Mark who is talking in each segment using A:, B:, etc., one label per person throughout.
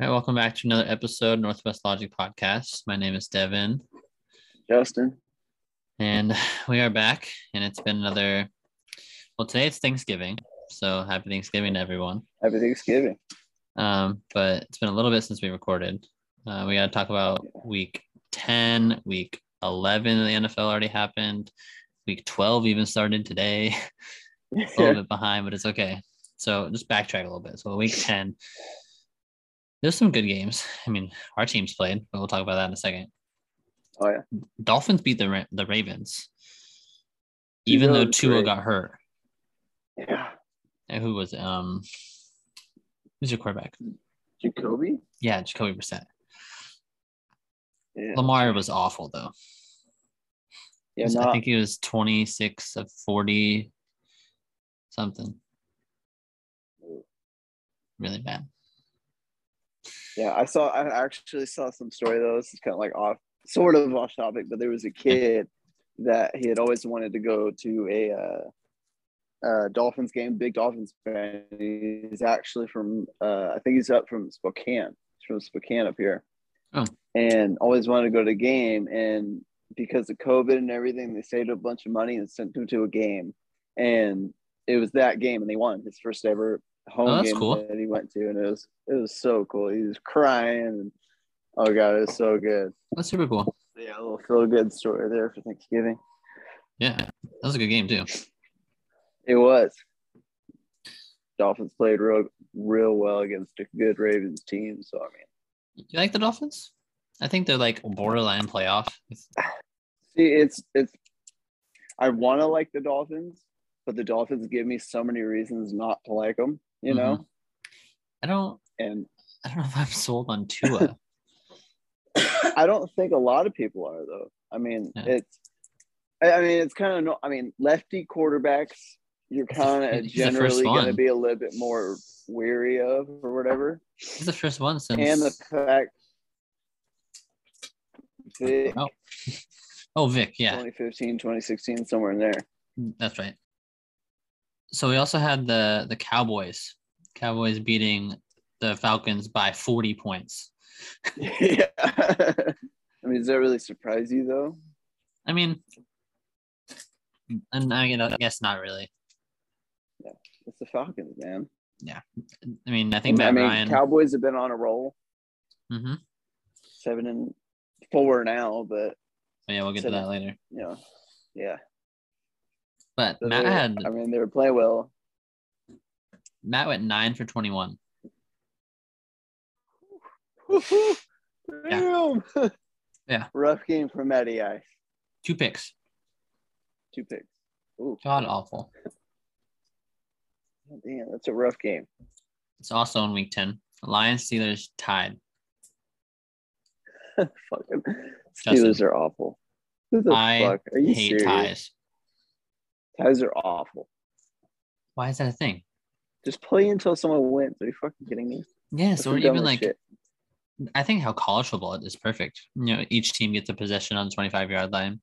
A: All right, welcome back to another episode Northwest Logic Podcast. My name is Devin,
B: Justin.
A: and we are back. And it's been another. Well, today it's Thanksgiving, so happy Thanksgiving to everyone.
B: Happy Thanksgiving.
A: Um, but it's been a little bit since we recorded. Uh, we got to talk about Week Ten, Week Eleven of the NFL already happened. Week Twelve even started today. a little bit behind, but it's okay. So just backtrack a little bit. So week 10, there's some good games. I mean, our teams played, but we'll talk about that in a second.
B: Oh, yeah.
A: Dolphins beat the Ra- the Ravens,
B: Tua
A: even though
B: was
A: Tua
B: great.
A: got hurt.
B: yeah.
A: And who was it? um? Who's your quarterback?
B: Jacoby?
A: Yeah, Jacoby Brissett.
B: Yeah.
A: Lamar was awful though.
B: yeah
A: Was-
B: not,
A: Um, I think he was 26 of 40 something. Really bad.
B: yeah. I saw, I actually saw some story though. This is kind of like off, sort of off topic, but there was a kid that he had always wanted to go to a, uh, uh, Dolphins game, big Dolphins fan. He's actually from, uh, I think he's up from Spokane. He's from Spokane up here.
A: Oh.
B: And always wanted to go to the game. And because of COVID and everything, they saved a bunch of money and sent him to a game. And it was that game, and they won his first ever home
A: Oh, that's
B: game
A: cool.
B: that he went to, and it was it was so cool. He was crying, and oh god, it was so good.
A: That's super cool.
B: Yeah, a little feel good story there for Thanksgiving.
A: Yeah, that was a good game too.
B: It was. Dolphins played real real well against a good Ravens team, so I mean.
A: You like the Dolphins? I think they're like borderline playoff.
B: See, it's it's. I want to like the Dolphins, but the Dolphins give me so many reasons not to like them. You know,
A: I don't.
B: and
A: I don't know if I'm sold on Tua.
B: I don't think a lot of people are though. I mean,
A: Yeah.
B: it's. I I mean, it's kind of no. I mean, lefty quarterbacks, you're kind of
A: He's the first
B: generally going to
A: one.
B: be a little bit more weary of or whatever,
A: He's the first one since.
B: and the fact. Vic,
A: oh. oh, Vic. Yeah, mm,
B: 2015, 2016, somewhere in there.
A: that's right. So we also had the the Cowboys. Cowboys beating the Falcons by 40 points.
B: yeah. I mean, does that really surprise you though?
A: I mean, and I you know, I guess not really.
B: It's the Falcons, man.
A: I mean, I think Matt
B: I mean,
A: Ryan.
B: Cowboys have been on a roll,
A: Mhm.
B: seven and four now, but
A: Oh, yeah, we'll get to that later.
B: you know, yeah.
A: But
B: So
A: Matt
B: they-
A: had
B: I mean, they were playing well.
A: Matt went nine for 21.
B: Woo-hoo! Damn.
A: Yeah.
B: Rough game for Matty Ice.
A: Two picks.
B: Two picks. Ooh,
A: God awful.
B: damn, that's a rough game.
A: It's also in week 10. Lions Steelers tied.
B: Fucking
A: Justin.
B: Steelers are awful. Who the
A: I
B: fuck? Are you
A: Hate
B: serious?
A: ties.
B: Ties are awful.
A: Why is that a thing?
B: Just play until someone wins. Are you fucking kidding me?
A: Yes,
B: That's
A: or
B: some
A: even
B: dumber
A: like
B: shit.
A: I think how college football is perfect. You know, each team gets a possession on the 25 yard line.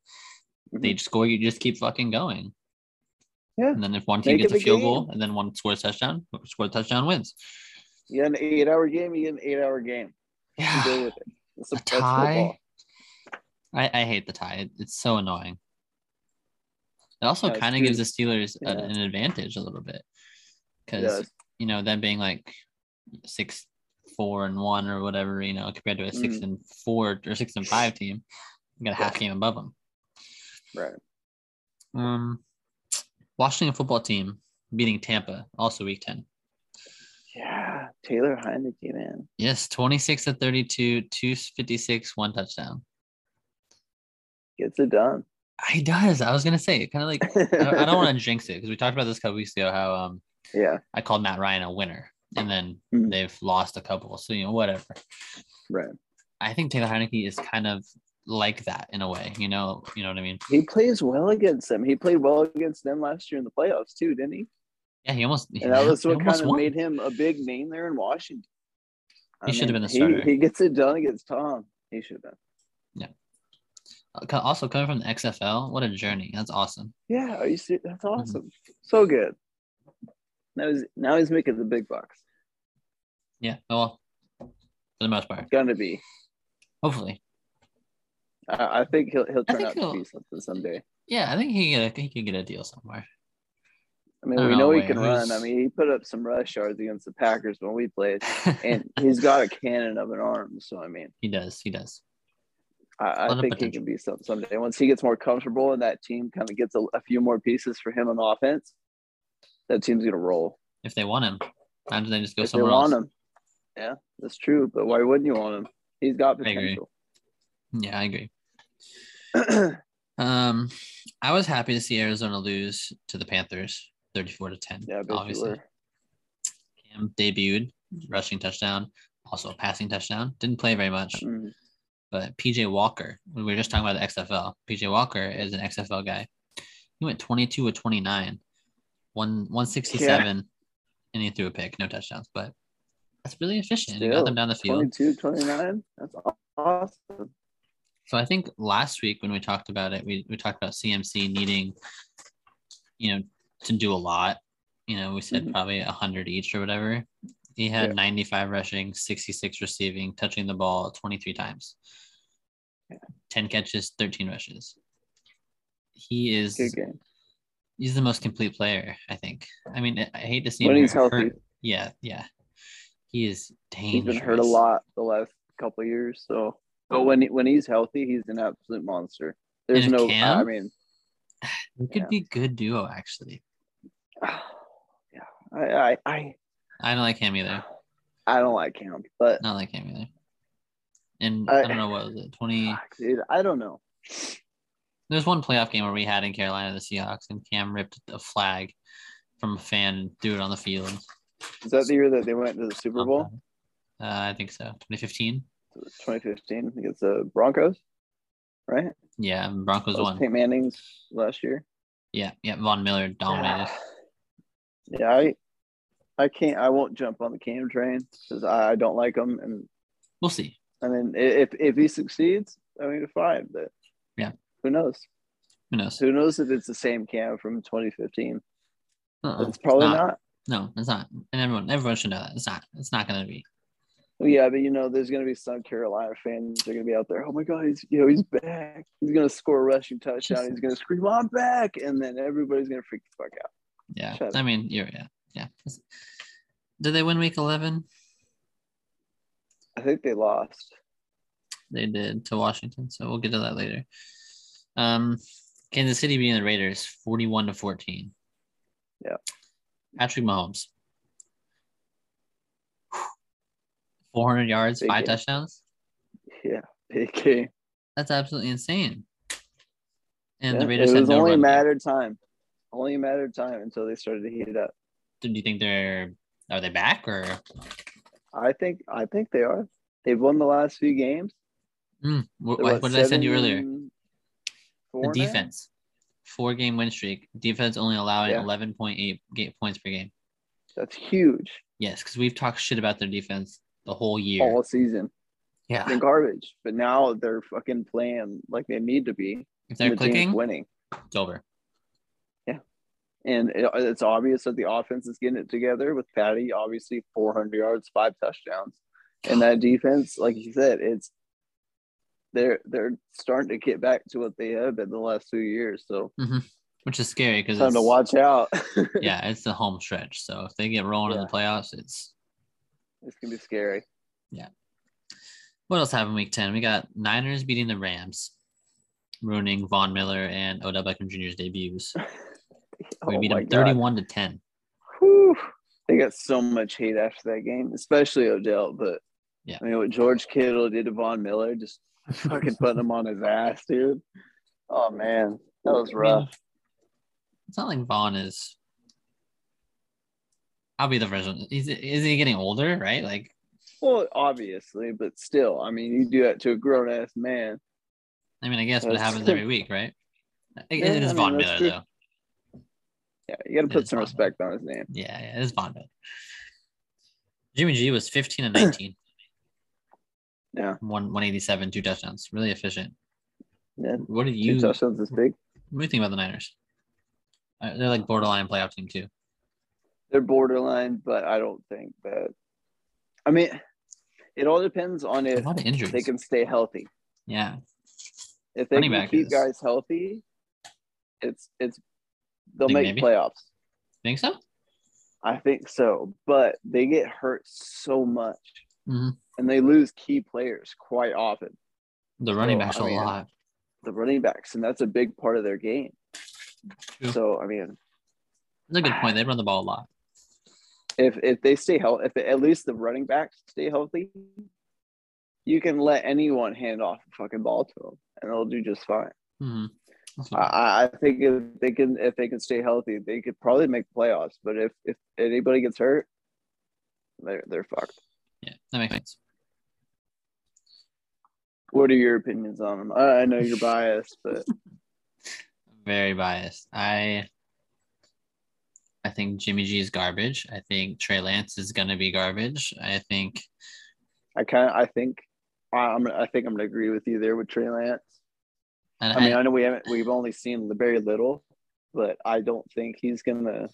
A: They score, you just keep fucking going.
B: Mm-hmm. Yeah,
A: And then if one team
B: make it
A: gets a
B: the
A: field goal and then one scores a touchdown, score a touchdown wins.
B: You get an eight-hour game. You get an eight-hour game. You deal
A: Yeah.
B: with it. It's
A: A
B: that's
A: tie.
B: football.
A: I, I hate the tie. It- it's so annoying. It also
B: Yeah, it's
A: kind of
B: true.
A: gives the Steelers a-
B: Yeah.
A: an advantage a little bit because
B: Yeah,
A: you know, them being like six, four, and one or whatever, you know, compared to a six and four or six and five team, you got a half game above them.
B: Right.
A: Um, Washington football team beating Tampa also week 10.
B: Yeah, Taylor Heineke, man.
A: Yes, 26 to 32, 256, one touchdown.
B: Gets it done.
A: He does. I was going to say, kind of like, I, I don't want to jinx it because we talked about this a couple weeks ago how um
B: Yeah,
A: I called Matt Ryan a winner and then
B: Mhm.
A: they've lost a couple. So, you know, whatever.
B: right.
A: I think Taylor Heineke is kind of like that in a way. You know, you know what I mean?
B: He plays well against them. He played well against them last year in the playoffs too, didn't he?
A: Yeah, he almost.
B: And that
A: he
B: was what
A: almost
B: kind of
A: won.
B: made him a big name there in Washington.
A: He should've been the
B: he,
A: starter.
B: he gets it done against Tom. He should have been.
A: Uh, Also coming from the XFL, what a journey! That's awesome.
B: Yeah, are you serious? That's
A: Mm-hmm.
B: awesome. So good. Now he's now he's making the big bucks.
A: Yeah, oh well, for the most part.
B: Gonna be.
A: Hopefully,
B: I, I think he'll he'll
A: I
B: turn
A: think
B: out to
A: he'll-
B: be something someday.
A: yeah, I think he can get a, he can get a deal somewhere.
B: I mean,
A: I don't
B: we
A: know,
B: know he
A: wait,
B: can run. I
A: who's-
B: mean, he put up some rush yards against the Packers when we played, and he's got a cannon of an arm. So I mean,
A: he does. He does.
B: I,
A: Lot of
B: I think he
A: potential.
B: can be something someday. Once he gets more comfortable and that team kind of gets a, a few more pieces for him on offense, that team's gonna roll.
A: If they want him, how do they just go
B: if they
A: somewhere else?
B: want him, yeah, that's true. But why wouldn't you want him? He's got
A: I agree.
B: potential.
A: Yeah, I agree. Um, I was happy to see Arizona lose to the Panthers, thirty-four to ten.
B: yeah, but
A: obviously. Cam debuted, rushing touchdown, also a passing touchdown. Didn't play very much,
B: Mm-hmm.
A: but PJ Walker, we were just talking about the XFL. PJ Walker is an XFL guy. He went 22 with 29, one, 167, and he threw a pick, no touchdowns, but that's really efficient. he got
B: Still,
A: them down the field.
B: 22, 29. That's aw- awesome.
A: So I think last week when we talked about it, we, we talked about CMC needing, you know, to do a lot. You know, we said
B: Mhm.
A: probably 100 each or whatever. He had
B: Yeah.
A: 95 rushing, 66 receiving, touching the ball 23 times, 10 catches, 13 rushes. He is
B: Good game.
A: he's the most complete player, I think. I mean, I- I hate to see
B: When
A: him
B: he's
A: hurt.
B: healthy.
A: Yeah, yeah. He is dangerous.
B: He's been hurt a lot the last couple of years. So, but when when he's healthy, he's an absolute monster. There's
A: And if
B: no.
A: Cam-
B: I mean,
A: They could
B: Yeah.
A: be good duo actually.
B: yeah, I I I,
A: I don't like him either.
B: I don't like him, but
A: Not like him either. And I,
B: I-
A: don't know what was it. Twenty.
B: fuck, dude, I don't know.
A: There's one playoff game where we had in Carolina the Seahawks, and Cam ripped a flag from a fan and threw it on the field.
B: Is that the year that they went to the Super Bowl,
A: Uh, I think so. 2015.
B: 2015 against the Broncos? Right,
A: Yeah, and Broncos
B: that was
A: won.
B: Peyton Manning's last year.
A: Yeah, yeah. Von Miller dominated.
B: Yeah, I, I can't. I won't jump on the Cam train because I, I don't like him. And
A: We'll see.
B: I mean, i- if if he succeeds, I mean, fine. But
A: Yeah.
B: who knows?
A: Who knows?
B: Who knows if it's the same Cam from 2015?
A: Uh-uh,
B: It's probably
A: not.
B: not.
A: No, it's not. And everyone, everyone should know that it's not. It's not going to be.
B: Well, Yeah, but you know, there's gonna be some Carolina fans. They're gonna be out there. Oh my God, he's you know he's back. He's gonna score a rushing touchdown. He's gonna scream, "I'm back!" And then everybody's gonna freak the fuck out.
A: Yeah.
B: Shut up.
A: I mean, you're yeah, yeah. It's- Did they win Week 11?
B: I think they lost.
A: they did to Washington. So we'll get to that later. Um, Kansas City being the Raiders, forty-one to fourteen.
B: Yeah.
A: Patrick Mahomes, four hundred yards,
B: Big
A: five
B: game.
A: touchdowns.
B: Yeah, big game.
A: That's absolutely insane. And
B: Yeah,
A: the Raiders
B: it
A: had
B: was
A: no
B: only a
A: run. game.
B: matter of time. Only a matter of time until they started to heat up.
A: Do you think they're are they back or
B: I think I think they are. They've won the last few games.
A: Hmm, what,
B: They're,
A: what did I send you earlier?
B: seven,
A: The
B: four now?
A: defense, four game win streak. Defense only allowing
B: Yeah.
A: eleven point eight points per game.
B: That's huge.
A: Yes, because we've talked shit about their defense the whole year.
B: All season.
A: yeah.
B: Been garbage. But now they're fucking playing like they need to be.
A: if they're
B: and the team's
A: clicking,
B: winning.
A: it's over.
B: And it, it's obvious that the offense is getting it together with Patty, obviously 400 yards, five touchdowns. And that defense, like you said, it's they're they're starting to get back to what they have in the last two years. So
A: Which is scary because
B: time to watch out.
A: yeah, it's the home stretch. So if they get rolling in the
B: Yeah.
A: playoffs, it's
B: It's gonna be scary.
A: what else happened week ten? We got Niners beating the Rams, ruining Von Miller and Odell Beckham Jr.'s debuts. We
B: oh
A: beat
B: my
A: them
B: god.
A: thirty-one to ten.
B: Whew. They got so much hate after that game, especially Odell. But
A: Yeah.
B: I mean, what George Kittle did to Von Miller, just fucking putting him on his ass, dude. Oh man, that was
A: I mean,
B: rough.
A: It's not like Vaughn is. I'll be the first one. Is, is he getting older? Right, like
B: Well, obviously, but still, I mean, you do that to a grown ass man.
A: I mean, I guess what
B: That's-
A: happens every week, right? It-
B: Yeah,
A: it
B: I
A: is
B: mean,
A: Von
B: that's
A: Miller
B: true.
A: though.
B: Yeah, you got to
A: Yeah,
B: put some
A: it's not
B: respect on his name.
A: Yeah, yeah, it is Von Miller. Jimmy G was fifteen and nineteen.
B: Yeah,
A: one 187, two touchdowns. Really efficient.
B: yeah.
A: What do
B: Two
A: you what
B: touchdowns is big.
A: do you think about the Niners? Uh, They're like borderline playoff team too.
B: They're borderline, but I don't think that. I mean, it all depends on
A: A
B: if
A: lot of injuries.
B: they can stay healthy.
A: yeah.
B: If they
A: Running
B: can
A: back
B: keep
A: is-
B: guys healthy, it's it's they'll
A: Think
B: make
A: maybe?
B: playoffs.
A: Think so?
B: I think so, but they get hurt so much,
A: Mhm.
B: and they lose key players quite often.
A: The running
B: So,
A: backs
B: I
A: a
B: mean,
A: lot.
B: The running backs, and that's a big part of their game.
A: True.
B: So I mean,
A: That's a good point. They run the ball a lot.
B: if if they stay healthy, if at least the running backs stay healthy, you can let anyone hand off a fucking ball to them, and they'll do just fine.
A: hmm That's
B: I-
A: what-
B: I, I think if they can if they can stay healthy, they could probably make playoffs. But if if anybody gets hurt, they're they're fucked.
A: yeah, that makes sense.
B: What are your opinions on them? I, I know you're biased, but
A: Very biased. I I think Jimmy G is garbage. I think Trey Lance is gonna be garbage. I think
B: I kind of I think I- I'm I think I'm gonna agree with you there with Trey Lance.
A: and
B: I mean I know we haven't we've only seen the very little, but I don't think he's gonna.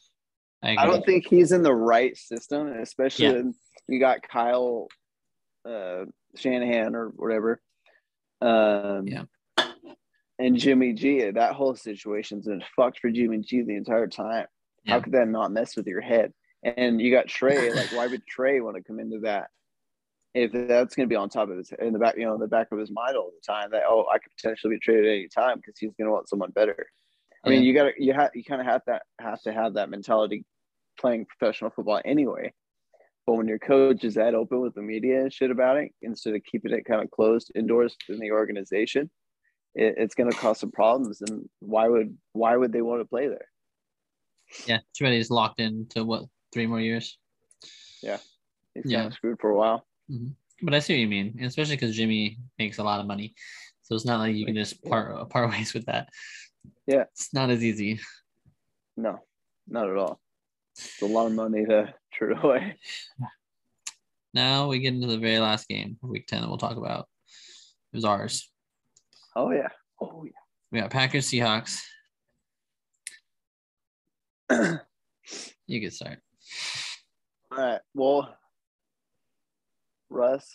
A: I, agree.
B: I don't think he's in the right system, and especially
A: Yeah.
B: when you got Kyle uh, Shanahan or whatever. Um,
A: Yeah.
B: And Jimmy G, that whole situation's been fucked for Jimmy G the entire time. How
A: Yeah.
B: could that not mess with your head? And you got Trey. like, why would Trey want to come into that? If that's going to be on top of his in the back, you know, in the back of his mind all the time, that oh, I could potentially be traded at any time because he's going to want someone better. I mean,
A: Yeah.
B: you got to you have you kind of have that have to have that mentality playing professional football anyway. But when your coach is that open with the media and shit about it, instead of keeping it kind of closed indoors in the organization, it, it's going to cause some problems. And why would why would they want to play there?
A: yeah, Trey is locked into what three more years.
B: He's kind
A: Yeah.
B: of screwed for a while.
A: But I see what you mean, and especially because Jimmy makes a lot of money, so it's not like you can just part part ways with that.
B: Yeah.
A: it's not as easy.
B: No, not at all. It's a lot of money to trade away.
A: Now we get into the very last game, of week ten, that we'll talk about. It was ours.
B: Oh yeah. Oh yeah.
A: We got Packers Seahawks. You can start.
B: All right. Well, Russ,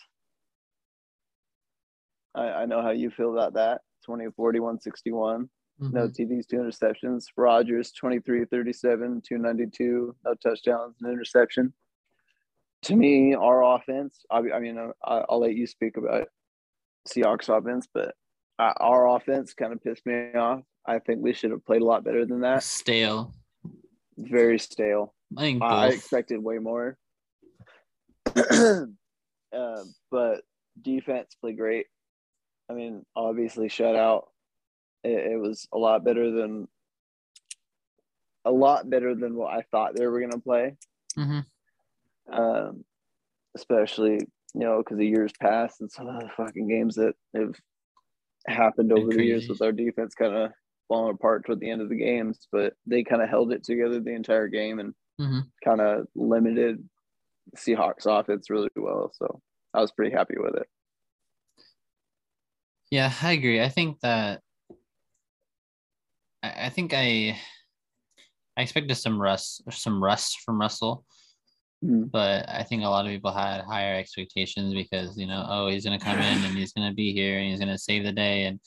B: I, I know how you feel about that. 2040, 161. No
A: Mhm.
B: TDs, two interceptions. Rogers, 23 37, 292. No touchdowns, no interception. To me, our offense, I, I mean, uh, I, I'll let you speak about Seahawks offense, but uh, our offense kind of pissed me off. I think we should have played a lot better than that.
A: Mm-hmm. Stale.
B: Very stale.
A: I think
B: I I
A: both.
B: expected way more. uh, but defense played great. I mean, obviously, shutout. It, it was a lot better than a lot better than what I thought they were going to play.
A: Mhm.
B: Um, especially you know because the years passed and some of the fucking games that have happened
A: Been
B: over the years
A: crazy.
B: with our defense kind of falling apart toward the end of the games. But they kind of held it together the entire game and
A: Mhm.
B: kind of limited Seahawks offense really well. So I was pretty happy with it.
A: Yeah, I agree. I think that I, I think I I expected some rust some rust from Russell,
B: Mm-hmm.
A: but I think a lot of people had higher expectations because, you know, oh, he's gonna come in and he's gonna be here and he's gonna save the day and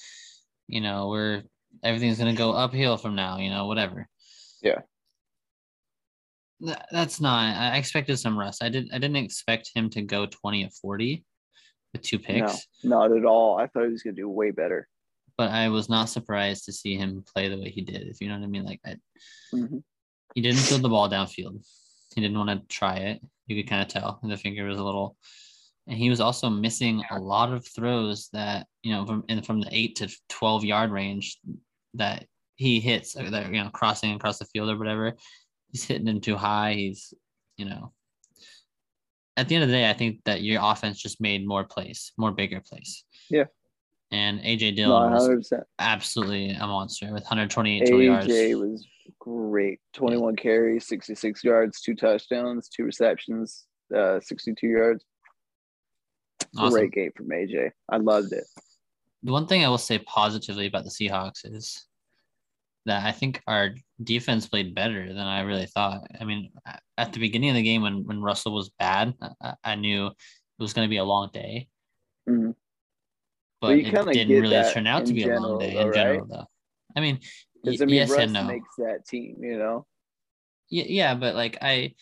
A: you know, we're everything's gonna go uphill from now, you know, whatever.
B: Yeah.
A: Tha- That's not. I I expected some rust. I didn't. I didn't expect him to go twenty at forty, with two picks.
B: No, not at all. I thought he was going to do way better.
A: but I was not surprised to see him play the way he did. If you know what I mean, like I,
B: Mhm.
A: he didn't throw the ball downfield. He didn't want to try it. You could kind of tell the finger was a little, and he was also missing a lot of throws that you know from in from the eight to twelve yard range that he hits or that you know crossing across the field or whatever. He's hitting them too high. He's you know. At the end of the day, I think that your offense just made more plays, more bigger plays.
B: Yeah.
A: And AJ
B: No,
A: Dillon was
B: 100%.
A: absolutely a monster with 128 total yards.
B: AJ was great. 21 carries, 66 yards, two touchdowns, two receptions, uh, 62 yards.
A: Awesome.
B: Great game from AJ. I loved it.
A: The one thing I will say positively about the Seahawks is that I think our defense played better than I really thought. I mean, a- at the beginning of the game when when Russell was bad, I- I, I knew was going to be a long day,
B: Mhm.
A: but
B: you
A: it
B: kinda
A: didn't
B: get
A: really
B: that
A: turn out to
B: in
A: be a
B: general,
A: long day
B: though,
A: in
B: right?
A: general, though. I mean, y-
B: Because I mean,
A: yes
B: Russ
A: and no.
B: makes that team, you know.
A: yeah, yeah, but like I,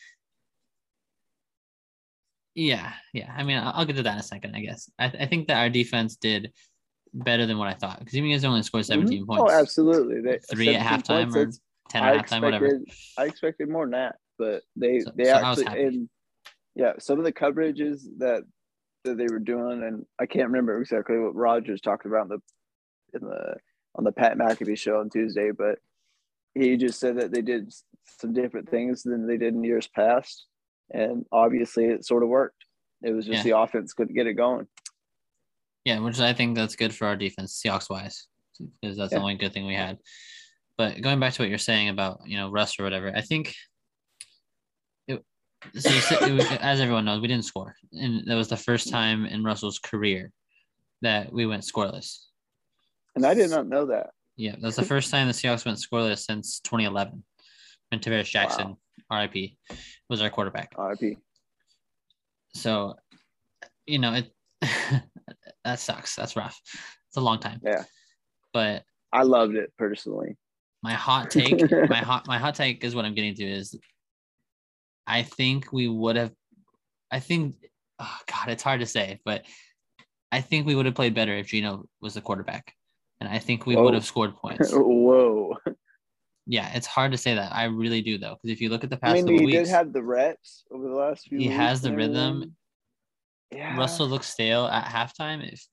A: yeah, yeah. I mean, I'll, I'll get to that in a second, I guess. I, I think that our defense did better than what I thought because even if they only scored 17
B: Oh,
A: points,
B: absolutely. They,
A: three at
B: 17
A: halftime
B: points,
A: or
B: that's-
A: 10
B: I
A: at halftime, whatever.
B: expected- I expected more than that, but they
A: So-
B: they
A: so I was
B: actually
A: happy.
B: and yeah, some of the coverages that that they were doing, and I can't remember exactly what Rogers talked about in the in the on the Pat McAfee show on Tuesday, but he just said that they did s- some different things than they did in years past, and obviously it sort of worked. It was just the offense couldn't get it going.
A: Yeah, which I think that's good for our defense, Seahawks wise, because that's the
B: Yeah.
A: only good thing we had. But going back to what you're saying about you know Russ or whatever, I think it, so you said- it was- as everyone knows, we didn't score, and that was the first time in Russell's career that we went scoreless.
B: And I did not know that.
A: Yeah, that's the first time the Seahawks went scoreless since 2011 when Tavares Jackson, RIP, was our quarterback.
B: RIP.
A: So, you know, it that sucks. That's rough. It's a long time.
B: Yeah.
A: But
B: I loved it personally.
A: my hot take my hot my hot take is what i'm getting to is i think we would have i think oh god it's hard to say but i think we would have played better if gino was the quarterback and i think we
B: Whoa.
A: would have scored points
B: Whoa.
A: yeah it's hard to say that i really do though because if you look at the
B: I
A: past
B: mean,
A: couple
B: he
A: weeks
B: did have the reps over the last few.
A: He
B: weeks
A: has the
B: and
A: rhythm.
B: everything. Yeah.
A: russell looks stale at halftime if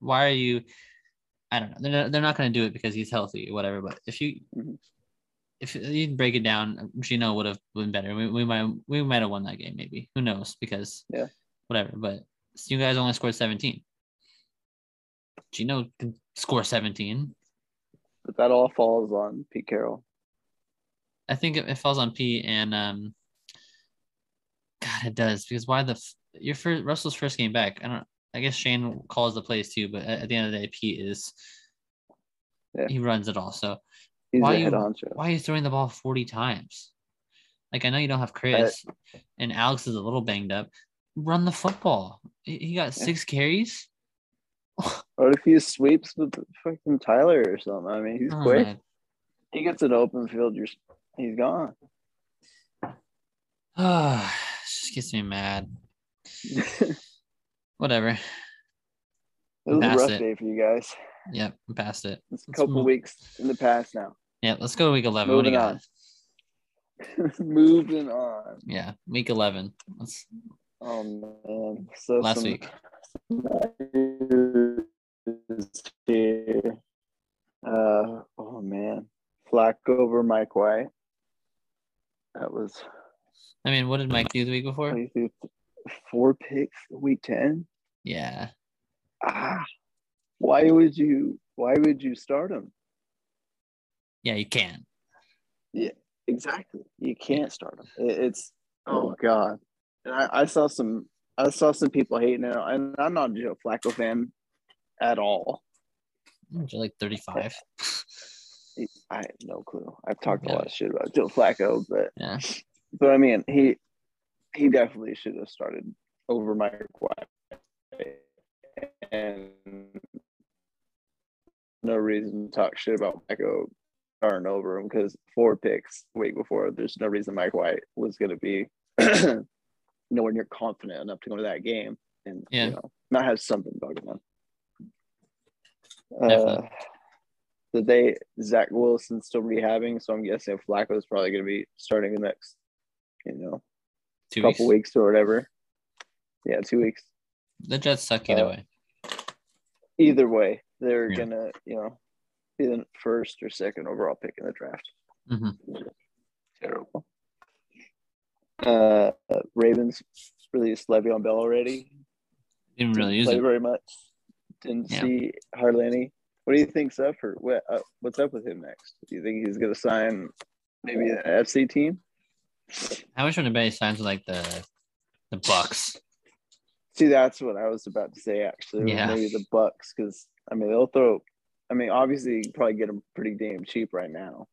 A: why are you i don't know they're not, they're not going to do it because he's healthy whatever but if you
B: Mhm.
A: if you break it down, Gino would have been better. We, we might we might have won that game, maybe. Who knows? Because
B: Yeah.
A: whatever. But you guys only scored 17. Gino can score 17.
B: But that all falls on Pete Carroll.
A: I think it, it falls on P and um God it does because why the f- your first Russell's first game back. I don't I guess Shane calls the plays too, but at, at the end of the day, Pete is
B: Yeah.
A: he runs it all. So
B: He's
A: Why
B: a head
A: you-
B: honcho.
A: why are you throwing the ball 40 times? Like I know you don't have Chris and Alex is a little banged up. Run the football. He he got
B: Yeah.
A: six carries.
B: What if he sweeps with fucking Tyler or something? I mean, he's
A: Oh
B: quick.
A: my-
B: He gets an open field. You're, s- he's gone.
A: It just gets me mad. Whatever.
B: It was
A: That's
B: a rough
A: it.
B: day for you guys.
A: Yep, I'm past it.
B: It's a
A: Let's
B: couple
A: move-
B: weeks in the past now.
A: Yeah, let's go to week eleven. What do you
B: Moving
A: got?
B: on. Moving on.
A: Yeah, week eleven. Let's,
B: Oh man. So
A: last
B: some-
A: week.
B: here. Uh, oh man, Flack over Mike White. That was
A: I mean, what did Mike do the week before?
B: he threw four picks in week ten.
A: Yeah.
B: Ah, why would you? Why would you start him?
A: Yeah, you can.
B: Exactly, you can't start him. It, it's oh god. And I, I saw some. I saw some people hating it, and I'm not a Joe Flacco fan at all.
A: Aren't you like 35.
B: I have no clue. I've talked a lot of shit about Joe Flacco, but
A: Yeah.
B: but I mean, he he definitely should have started over Mike White, and no reason to talk shit about Flacco starting over him because four picks the week before. There's no reason Mike White was going to be nowhere near confident enough to go to that game and
A: Yeah.
B: you know not have something bugging him. Uh,
A: Definitely.
B: that they Zach Wilson's still rehabbing, so I'm guessing Flacco's probably going to be starting the next, you know,
A: Two weeks.
B: couple weeks. or whatever. Yeah, two weeks.
A: The Jets suck either
B: Uh,
A: way.
B: Either way, they're
A: Hmm. Yeah.
B: gonna, you know, be the first or second overall pick in the draft.
A: hmm
B: Terrible. Uh, uh, Ravens released Le'Veon Bell already.
A: Didn't
B: Didn't
A: really use
B: play
A: it.
B: very much. Didn't
A: Yeah.
B: see hardly any. What do you think's up for? What, uh, what's up with him next? Do you think he's gonna sign maybe an FC team?
A: How much would a bay signs like the the Bucks?
B: See, that's what I was about to say. Actually,
A: Yeah.
B: maybe the Bucks, because I mean they'll throw. I mean, obviously, you can probably get them pretty damn cheap right now.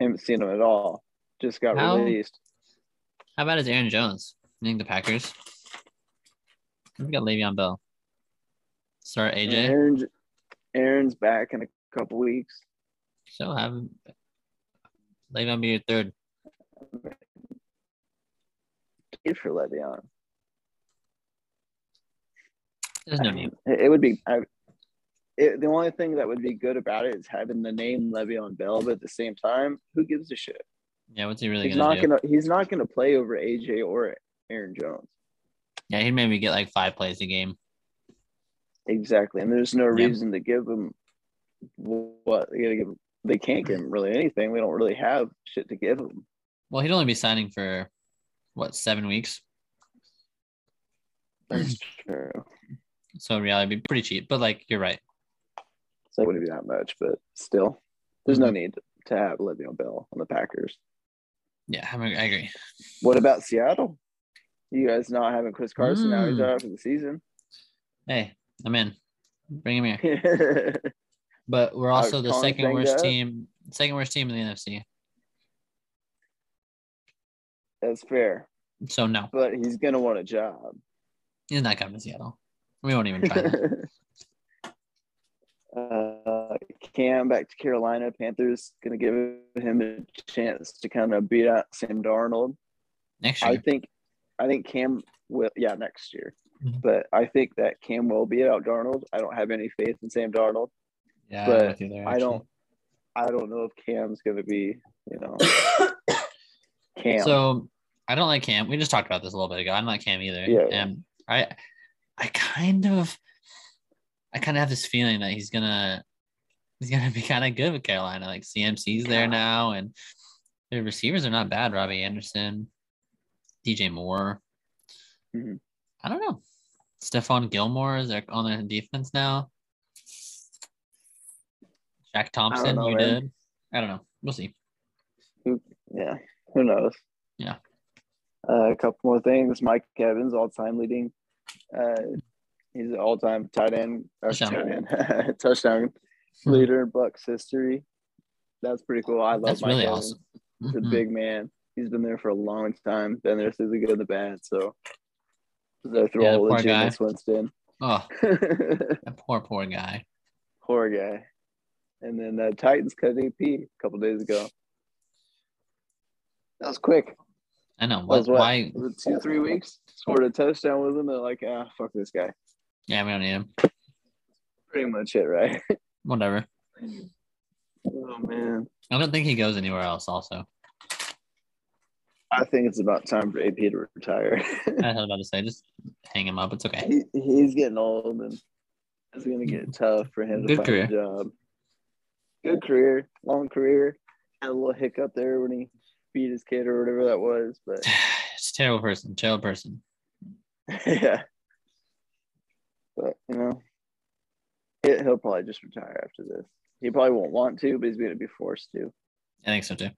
B: Haven't seen them at all. Just got
A: How-
B: released.
A: How about is Aaron Jones? You think the Packers? We got Le'Veon Bell. Start
B: And
A: AJ.
B: Aaron's, Aaron's back in a couple weeks.
A: So have Le'Veon be your third.
B: Good for Le'Veon.
A: There's no need.
B: It, it would be. I, it, the only thing that would be good about it is having the name Le'Veon Bell, but at the same time, who gives a shit?
A: Yeah, what's he really
B: He's
A: gonna
B: not
A: do?
B: gonna. He's not gonna play over AJ or Aaron Jones.
A: Yeah, he'd maybe get like five plays a game.
B: Exactly, and there's no
A: Yeah.
B: reason to give him what they gotta give. Him. They can't give him really anything. We don't really have shit to give him.
A: Well, he'd only be signing for what seven weeks,
B: That's true.
A: so in reality, it'd be pretty cheap. But like, you're right.
B: So it wouldn't be that much, but still, there's
A: Mm-hmm.
B: no need to have Le'Veon Bell on the Packers.
A: Yeah, I'm, I agree.
B: What about Seattle? You guys not having Chris Carson now? He's
A: Mm.
B: out for the season.
A: Hey, I'm in. Bring him here.
B: yeah,
A: But we're
B: I was
A: also the
B: calling
A: second
B: Senga.
A: worst team, second worst team in the NFC.
B: that's fair.
A: So no,
B: But he's gonna want a job.
A: he's not coming to Seattle. We won't even try. that.
B: uh, Cam back to Carolina Panthers gonna give him a chance to kind of beat out Sam Darnold.
A: Next
B: I
A: year,
B: think, I think Cam will. Yeah, next year.
A: Mhm.
B: But I think that Cam will beat out Darnold. I don't have any faith in Sam Darnold.
A: yeah, I'm
B: but
A: with you there,
B: I don't. I don't know if Cam's gonna be. You know,
A: actually.
B: Cam.
A: So I don't like Cam. We just talked about this a little bit ago. I'm not Cam either.
B: Yeah, yeah.
A: Um, I I kind of I kind of have this feeling that he's gonna he's gonna be kind of good with Carolina. Like CMC's there now, and their receivers are not bad. Robbie Anderson, DJ Moore.
B: Mhm.
A: I don't know. Stephon Gilmore is there on their defense now. Jack Thompson,
B: know,
A: you
B: man.
A: did. I don't know. We'll see.
B: yeah, who knows?
A: Yeah.
B: Uh, a couple more things. Mike Evans, all-time leading. Uh, he's an all-time tight end, or
A: Touchdown. Hmm.
B: tight end, touchdown leader in Bucks history. That's pretty cool. I love
A: That's
B: Mike
A: really
B: Evans.
A: awesome.
B: He's a
A: Mhm.
B: big man. He's been there for a long time. Been there through the good and the bad. So they're through
A: Yeah,
B: all
A: poor
B: the
A: guy.
B: Jameis Winston.
A: Oh, That poor, poor guy.
B: Poor guy. And then uh, Titans cut AP a couple days ago. That was quick.
A: I know.
B: was
A: What,
B: what?
A: Why?
B: was it two, three weeks? Scored a touchdown with him. They're like, ah, fuck this guy.
A: Yeah, we don't need him.
B: Pretty much it, right?
A: Whatever.
B: oh man,
A: I don't think he goes anywhere else. Also,
B: I think it's about time for AP to retire.
A: I was about to say, just hang him up. It's okay.
B: he, he's getting old, and it's gonna get tough for him
A: Good
B: to find
A: career.
B: a job. Good career, long career. Had a little hiccup there when he beat his kid or whatever that was, but
A: It's a terrible person. Terrible person.
B: yeah. But you know, it, he'll probably just retire after this. He probably won't want to, but he's going to be forced to.
A: I think so too.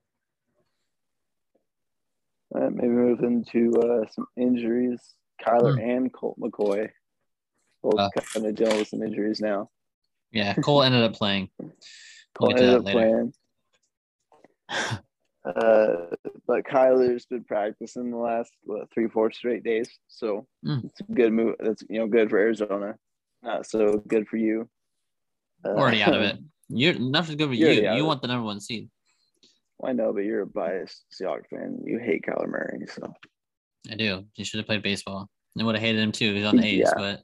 B: All right, Uh, maybe move into uh, some injuries. Kyler
A: Hmm.
B: and Colt McCoy both
A: Uh.
B: kind of dealing with some injuries now.
A: Yeah, Cole ended up playing. We'll
B: Colt
A: get to
B: ended
A: that
B: up
A: later.
B: playing, uh, but Kyler's been practicing the last what, three, four straight days, so
A: Mm.
B: it's a good move. That's you know good for Arizona, not so good for you. Uh,
A: Already out of it. You're nothing's good with
B: You're
A: you.
B: already out
A: You
B: of
A: want the number one seed.
B: I know, but you're a biased Seahawks fan. You hate Kyler Murray, so
A: I do. You should have played baseball. I would have hated him too. He's on the A's,
B: Yeah.
A: but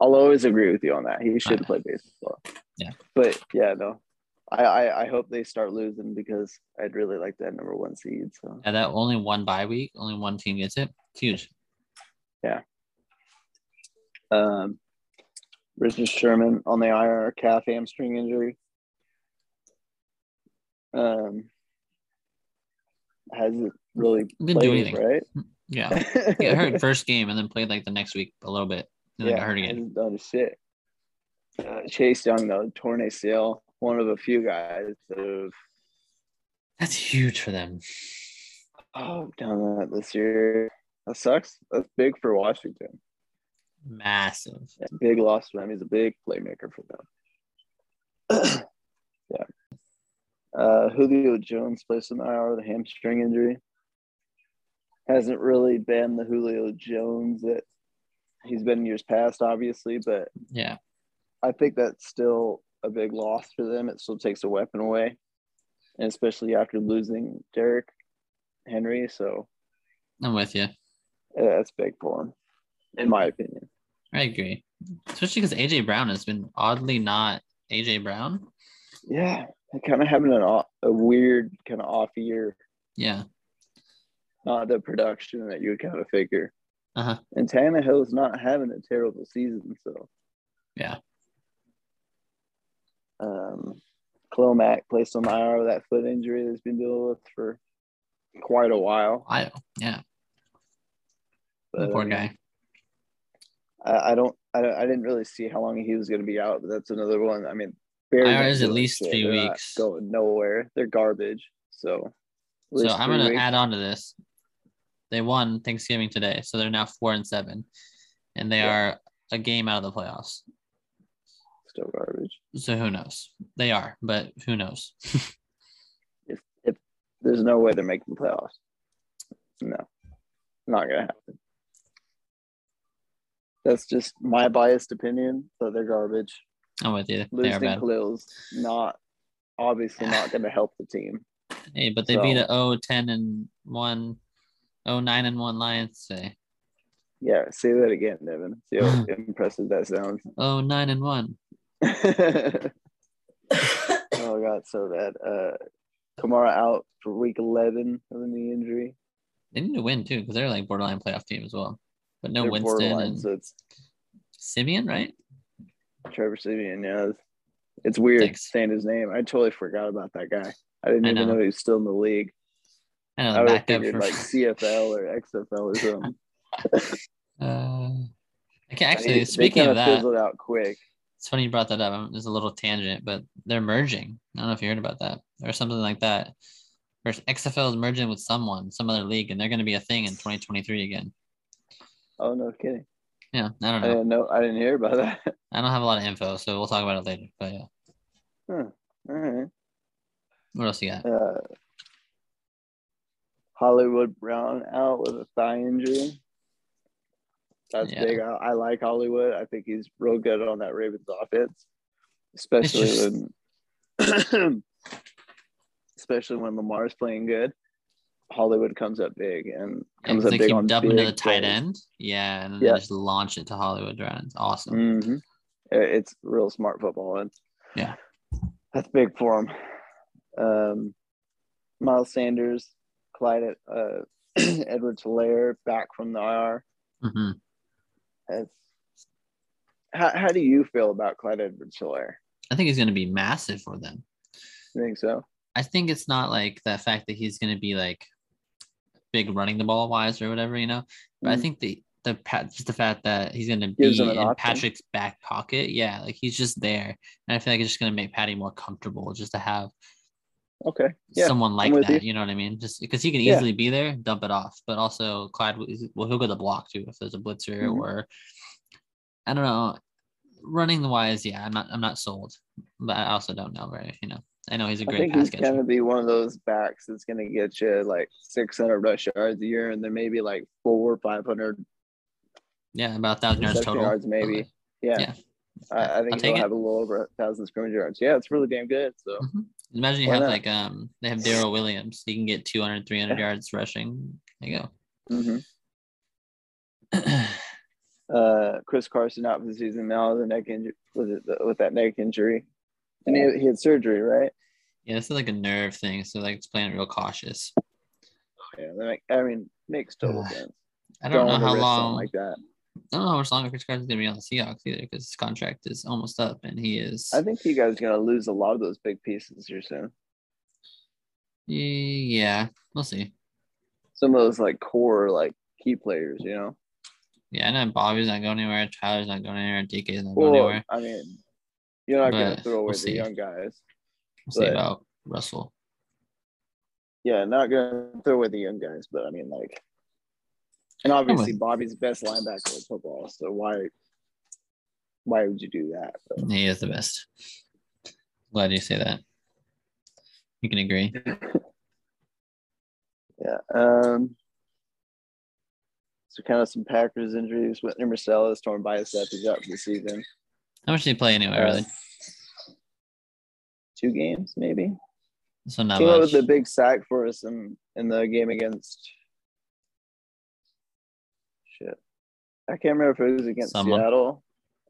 B: I'll always agree with you on that. He should have played baseball.
A: Yeah.
B: But yeah, no. I, I, I hope they start losing because I'd really like that number one seed. So
A: yeah, that only one bye week, only one team gets it. It's huge.
B: um Richard Sherman on the IR calf hamstring injury. Um hasn't really
A: Didn't do
B: played,
A: anything.
B: right?
A: Yeah, get hurt first game and then played like the next week a little bit, and then got hurt again.
B: hasn't done shit. Uh, Chase Young though, torn ACL, one of a few guys that have
A: That's huge for them.
B: Oh, done that this year. That sucks. That's big for Washington.
A: Massive.
B: Yeah, big loss for them. He's a big playmaker for them. yeah. Uh, Julio Jones placed an IR with a hamstring injury. Hasn't really been the Julio Jones that he's been in years past, obviously, but
A: Yeah.
B: I think that's still a big loss for them. It still takes a weapon away, and especially after losing Derek Henry, so
A: I'm with you.
B: uh, that's big for him, in my opinion.
A: I agree. Especially because AJ Brown has been oddly not AJ Brown.
B: Yeah, kind of having an off, a weird kind of off year,
A: Yeah.
B: not the production that you would kind of figure.
A: Uh-huh.
B: And Tannehill's not having a terrible season, so
A: Yeah.
B: Um, Clomac placed on the IR with that foot injury that he's been dealing with for quite a while.
A: I
B: But,
A: poor
B: um,
A: guy.
B: I, I don't. I, don't- I didn't really see how long he was going to be out, but that's another one. I mean,
A: IR
B: don't
A: is at
B: do that
A: least
B: shit.
A: three
B: They're not
A: weeks.
B: Going nowhere. They're garbage. So. at
A: So
B: least
A: I'm
B: three
A: gonna
B: weeks.
A: add on to this. They won Thanksgiving today, so they're now four and seven, and they
B: Yeah.
A: are a game out of the playoffs.
B: Still garbage.
A: So who knows? They are, but who knows?
B: There's no way they're making the playoffs. No, not gonna happen. That's just my biased opinion. But they're garbage.
A: I'm with you. They are
B: Losing
A: bad.
B: Khalil's not obviously not gonna help the team.
A: Hey, but they beat a 0 10 and 1, 0 9 and 1 Lions today.
B: Yeah, say that again, Devin. See how impressive that sounds.
A: 0 9 and 1.
B: oh god, so bad. Uh, Kamara out for week eleven of the knee injury.
A: They need to win too, because they're like borderline playoff team as well. But no
B: They're
A: Winston
B: borderline,
A: and
B: so it's
A: Simeon, right?
B: Trevor Simeon. Yeah, it's, it's weird
A: Thanks.
B: saying his name. I totally forgot about that guy. I didn't
A: I
B: even
A: know.
B: know. he was still in the league.
A: I know
B: I
A: the
B: would have
A: backup
B: figured
A: for.
B: like CFL or XFL or something.
A: uh, okay,
B: I
A: actually,
B: mean,
A: speaking
B: they
A: of
B: kinda
A: that,
B: fizzled out quick.
A: it's funny you brought that up. I'm- There's a little tangent, but they're merging. I don't know if you heard about that or something like that. Or XFL is merging with someone, some other league, and they're going to be a thing in 2023 again.
B: Oh no, kidding.
A: Yeah, I don't know.
B: I didn't know. I didn't hear about that.
A: I don't have a lot of info, so we'll talk about it later. But yeah,
B: All right.
A: what else you got?
B: Uh, Hollywood Brown out with a thigh injury. That's
A: Yeah.
B: big. I, I like Hollywood. I think he's real good on that Ravens offense, especially
A: just-
B: when, especially when Lamar's playing good. Hollywood comes up big and comes
A: Yeah,
B: up
A: they
B: big
A: keep
B: on
A: dumping to
B: big
A: the tight
B: plays.
A: end. Yeah, and then
B: Yeah.
A: they just launch it to Hollywood Brown. It's awesome.
B: Mhm. It- It's real smart football, and
A: Mm-hmm. Yeah.
B: that's big for him. Um, Miles Sanders, Clyde, uh, Edwards Hilaire back from the IR.
A: hmm
B: That's, how, how do you feel about Clyde Edwards Hilaire?
A: I think he's going to be massive for them.
B: You think so?
A: I think it's not like the fact that he's going to be like big running the ball wise or whatever, you know. But I
B: Mhm.
A: think the the pat just the fact that he's going to
B: Gives
A: be
B: him
A: in
B: an option.
A: Patrick's back pocket, yeah, like he's just there, and I feel like it's just going to make Patty more comfortable just to have
B: Okay. Yeah.
A: someone like
B: with
A: that. You. know what I mean? Just because he can
B: Yeah.
A: easily be there, dump it off. But also, Clyde, will- is- well, he'll go to block too if there's a blitzer
B: Mhm.
A: or I don't know. Running the wise, yeah, I'm not, I'm not sold, but I also don't know very, you know. I know he's a
B: I
A: great
B: think
A: pass
B: he's
A: catcher.
B: going to be one of those backs that's going to get you like 600 rush yards a year and then maybe like four or 500
A: yeah, about thousand yards
B: reception
A: total.
B: yards maybe. Yeah.
A: Yeah.
B: I, I think
A: I'll
B: he'll
A: take it.
B: have a little over a thousand scrimmage yards. Yeah, it's really damn good. So
A: Mhm. Imagine you
B: Why
A: have
B: not?
A: like um, they have Daryl Williams. He can get 200, 300 yards rushing. There you
B: Mhm.
A: go.
B: uh, Chris Carson out for the season now with a neck injury with, it, with that neck injury, and he, he had surgery, right?
A: yeah, this is like a nerve thing, so like it's playing it real cautious.
B: Yeah, like, I mean, makes total
A: Ugh.
B: sense.
A: I don't,
B: wanna
A: know how
B: risk something
A: long
B: like that.
A: I don't know how much longer Chris Carson's gonna be on the Seahawks either, because his contract is almost up, and he is.
B: I think you guys are gonna lose a lot of those big pieces here soon.
A: Ye- Yeah, we'll see.
B: Some of those like core like key players, you know.
A: Yeah, I know Bobby's not going anywhere. Tyler's not going anywhere. DK's not going
B: Well,
A: anywhere.
B: I mean, you're not gonna
A: But
B: throw away
A: we'll
B: the
A: see.
B: young guys.
A: We'll see
B: but-
A: about Russell.
B: Yeah, not gonna throw away the young guys, but I mean, like, and obviously Bobby's the best linebacker in football, so why, why would you do that? But
A: He is the best. Glad you say that. You can agree.
B: yeah, um, So kind of some Packers injuries. Whitner Marcel is torn bicep. He's out for the season. Uh,
A: How much did he play anyway? Really?
B: Two games, maybe.
A: So not
B: Came out
A: much.
B: with a big sack for us in, in the game against. Shit, I can't remember if it was against
A: Someone.
B: Seattle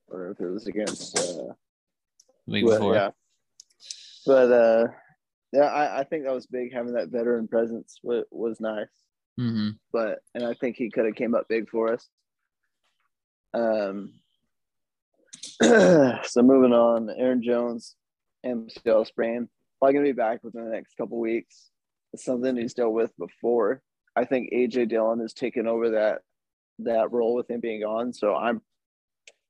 B: or if it was against. Uh,
A: Week
B: Well,
A: before.
B: Yeah. But uh, yeah, I, I think that was big. Having that veteran presence was, was nice.
A: hmm
B: But and I think he could have came up big for us. Um. so moving on, Aaron Jones, MCL sprain. Probably gonna be back within the next couple weeks. It's something he's dealt with before. I think AJ Dillon has taken over that that role with him being on. So I'm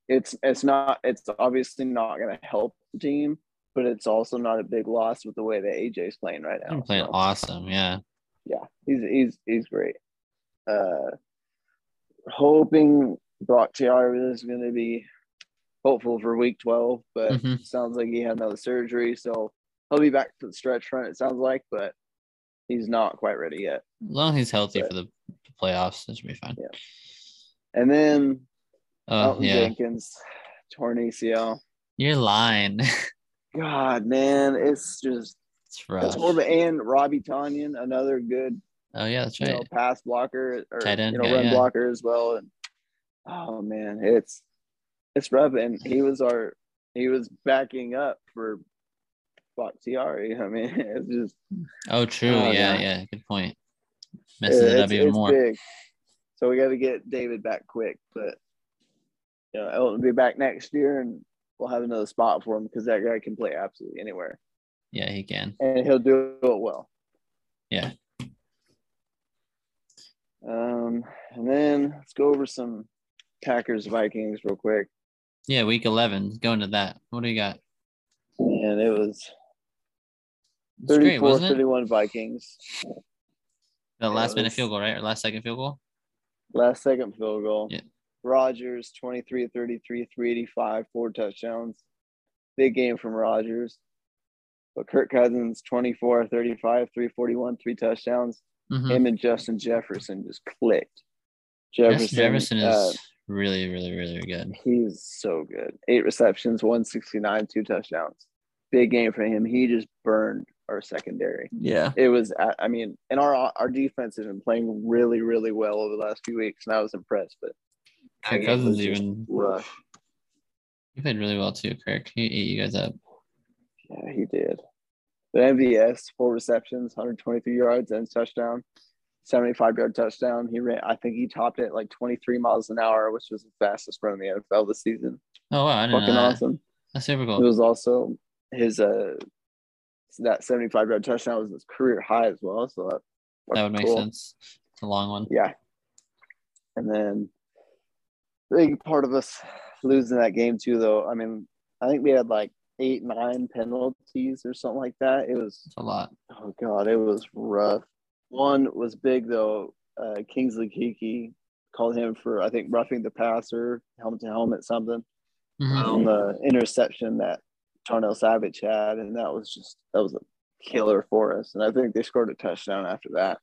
B: it's it's not it's obviously not gonna help the team, but it's also not a big loss with the way that AJ's playing right now.
A: I'm playing
B: So,
A: awesome. Yeah.
B: Yeah, he's he's he's great. Uh hoping Brock Tiara is gonna be hopeful for week twelve, but
A: Mhm.
B: sounds like he had another surgery, so he'll be back to the stretch run, it sounds like, but he's not quite ready yet.
A: As long as he's healthy
B: But-
A: for the playoffs, it should be fine.
B: Yeah. And then
A: Oh
B: Elton
A: yeah.
B: Jenkins, torn ACL.
A: You're lying.
B: God, man, it's just
A: it's rough.
B: it's horrible. And Robbie Tanyan, another good
A: Oh yeah, that's
B: you
A: right.
B: know pass blocker or
A: Tight end
B: you know
A: guy,
B: run
A: yeah.
B: blocker as well. And oh man, it's it's rough. And he was our he was backing up for Bakhtiari. E. I mean, it's just
A: Oh true.
B: Oh,
A: yeah,
B: yeah.
A: yeah, Good point. Messes it up even more.
B: big. So we got to get David back quick, but you know Elton will be back next year, and we'll have another spot for him because that guy can play absolutely anywhere,
A: Yeah, he can.
B: and he'll do it well.
A: Yeah.
B: Um, and then let's go over some Packers Vikings real quick,
A: Yeah, week eleven. Going to that. What do you got?
B: and it was
A: It's great,
B: 34
A: wasn't it?
B: 31 Vikings
A: The last minute
B: was-
A: field goal, right? Or last second field goal?
B: last second field goal.
A: Yeah.
B: Rogers 23 33, 385, four touchdowns. Big game from Rogers. But Kirk Cousins 24 35, 341, three touchdowns.
A: hmm
B: Him and Justin Jefferson just clicked.
A: Justin Jefferson is
B: uh,
A: really, really, really good.
B: he's so good. Eight receptions, 169, two touchdowns. Big game for him. He just burned our secondary.
A: Yeah.
B: It was, I- I mean, and our our defense has been playing really, really well over the last few weeks, and I was impressed. But uh,
A: Kirk
B: that game
A: Cousins
B: was just
A: even
B: rough.
A: he played really well too, Kirk. He ate you guys up.
B: Yeah, he did. But MVS, four receptions, 123 yards, and touchdown, 75 yard touchdown. He ran, I think he topped it like 23 miles an hour, which was the fastest run in the NFL this season.
A: Oh wow, I didn't
B: Fucking
A: know that.
B: awesome.
A: That's super
B: It
A: cool.
B: was also his, uh, that 75 yard touchdown was his career high as well. So that,
A: that would
B: fucking
A: make
B: cool.
A: sense. It's a long one.
B: Yeah. And then big part of us losing that game too, though. I mean, I think we had like eight, nine penalties or something like that. It was
A: It's a lot.
B: Oh god, it was rough. One was big though. Uh, Kingsley Kiki called him for I think roughing the passer, helmet to helmet something
A: Mhm.
B: on the interception that Darnell Savage had, and that was just that was a killer for us. And I think they scored a touchdown after that.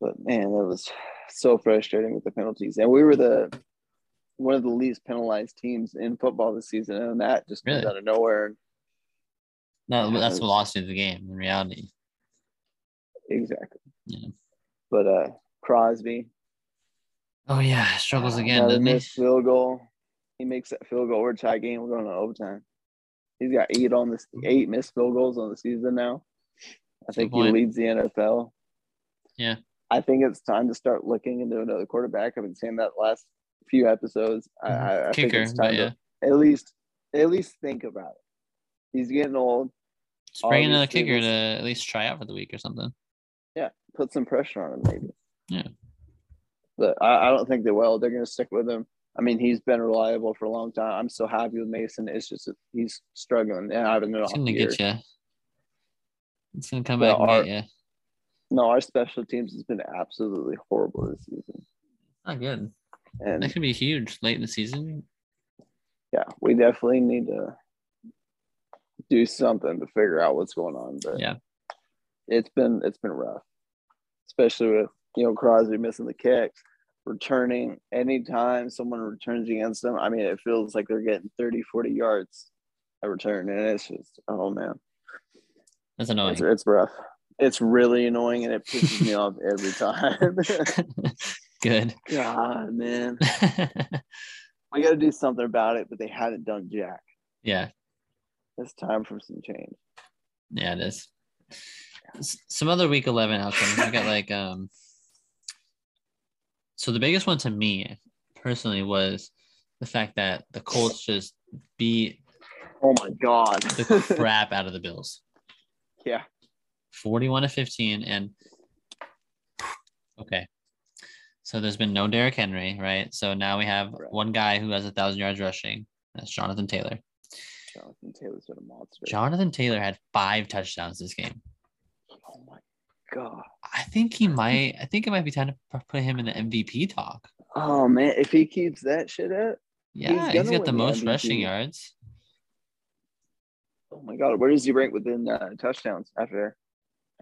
B: But man, that was so frustrating with the penalties, and we were the one of the least penalized teams in football this season, and that just comes
A: Really?
B: out of nowhere.
A: No,
B: Yeah,
A: that's
B: it
A: what
B: was-
A: lost you the game in reality.
B: Exactly.
A: Yeah.
B: But uh, Crosby,
A: Oh yeah, struggles again,
B: Another
A: doesn't he?
B: missed field goal. He makes that field goal or tie game. We're going to overtime. He's got eight on this eight missed field goals on the season now. I think he
A: point.
B: leads the NFL.
A: Yeah.
B: I think it's time to start looking into another quarterback. I've been saying that last few episodes. I, I, I think
A: Kicker,
B: it's
A: but
B: time
A: yeah.
B: to at least at least think about it. He's getting old.
A: Just bring another
B: obviously
A: kicker
B: this-
A: to at least try out for the week or something.
B: Put some pressure on him, maybe.
A: Yeah.
B: But I, I don't think they will. They're going to stick with him. I mean, he's been reliable for a long time. I'm so happy with Mason. It's just that he's struggling and having an
A: It's
B: off
A: gonna
B: year.
A: get you. It's gonna come
B: Well,
A: back and
B: our-
A: get you.
B: No, our special teams has been absolutely horrible this season.
A: Not good. That
B: And
A: could be huge late in the season.
B: yeah, we definitely need to do something to figure out what's going on. But
A: Yeah.
B: it's been it's been rough, especially with you know Crosby missing the kicks. returning anytime someone returns against them i mean it feels like they're getting 30 40 yards a return and it's just oh man
A: That's annoying.
B: it's, it's rough it's really annoying and it pisses me off every time
A: Good.
B: god man we got to do something about it but they haven't done jack
A: yeah,
B: it's time for some change
A: yeah, it is. S- Some other week eleven outcomes. I got like um. So the biggest one to me personally was the fact that the Colts just beat
B: oh my god
A: the crap out of the Bills.
B: yeah
A: 41 to 15 and okay so there's been no Derrick Henry right so now we have
B: Right.
A: one guy who has a thousand yards rushing that's Jonathan Taylor
B: jonathan taylor's been a monster
A: Jonathan Taylor had five touchdowns this game
B: oh my god
A: I think he might I think it might be time to p- put him in the MVP talk
B: oh man if he keeps that shit up
A: yeah
B: gonna
A: he's
B: win
A: got the
B: the
A: most
B: MVP.
A: rushing yards
B: Oh my god, where does he rank within uh, touchdowns after?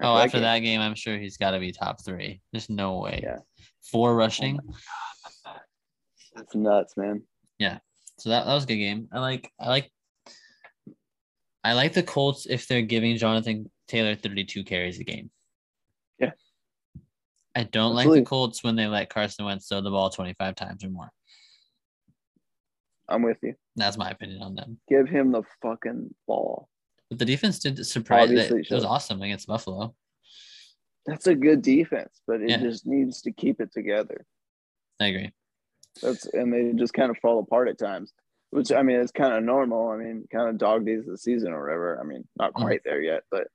A: oh after
B: game?
A: that game I'm sure he's got to be top three there's no way
B: Yeah.
A: four rushing
B: that's nuts, man.
A: So that, that was a good game. I like I like I like the Colts if they're giving Jonathan Taylor 32 carries a game.
B: Yeah.
A: I don't like
B: Absolutely.
A: the Colts when they let Carson Wentz throw the ball 25 times or more.
B: I'm with you.
A: That's my opinion on them.
B: Give him the fucking ball.
A: But the defense did surprise that
B: Obviously it
A: it was
B: shows.
A: awesome against Buffalo.
B: That's a good defense, but it
A: Yeah.
B: just needs to keep it together.
A: I agree.
B: That's and they just kind of fall apart at times, which I mean it's kind of normal. I mean, kind of dog days of the season or whatever. I mean, not
A: Mhm.
B: quite there yet, but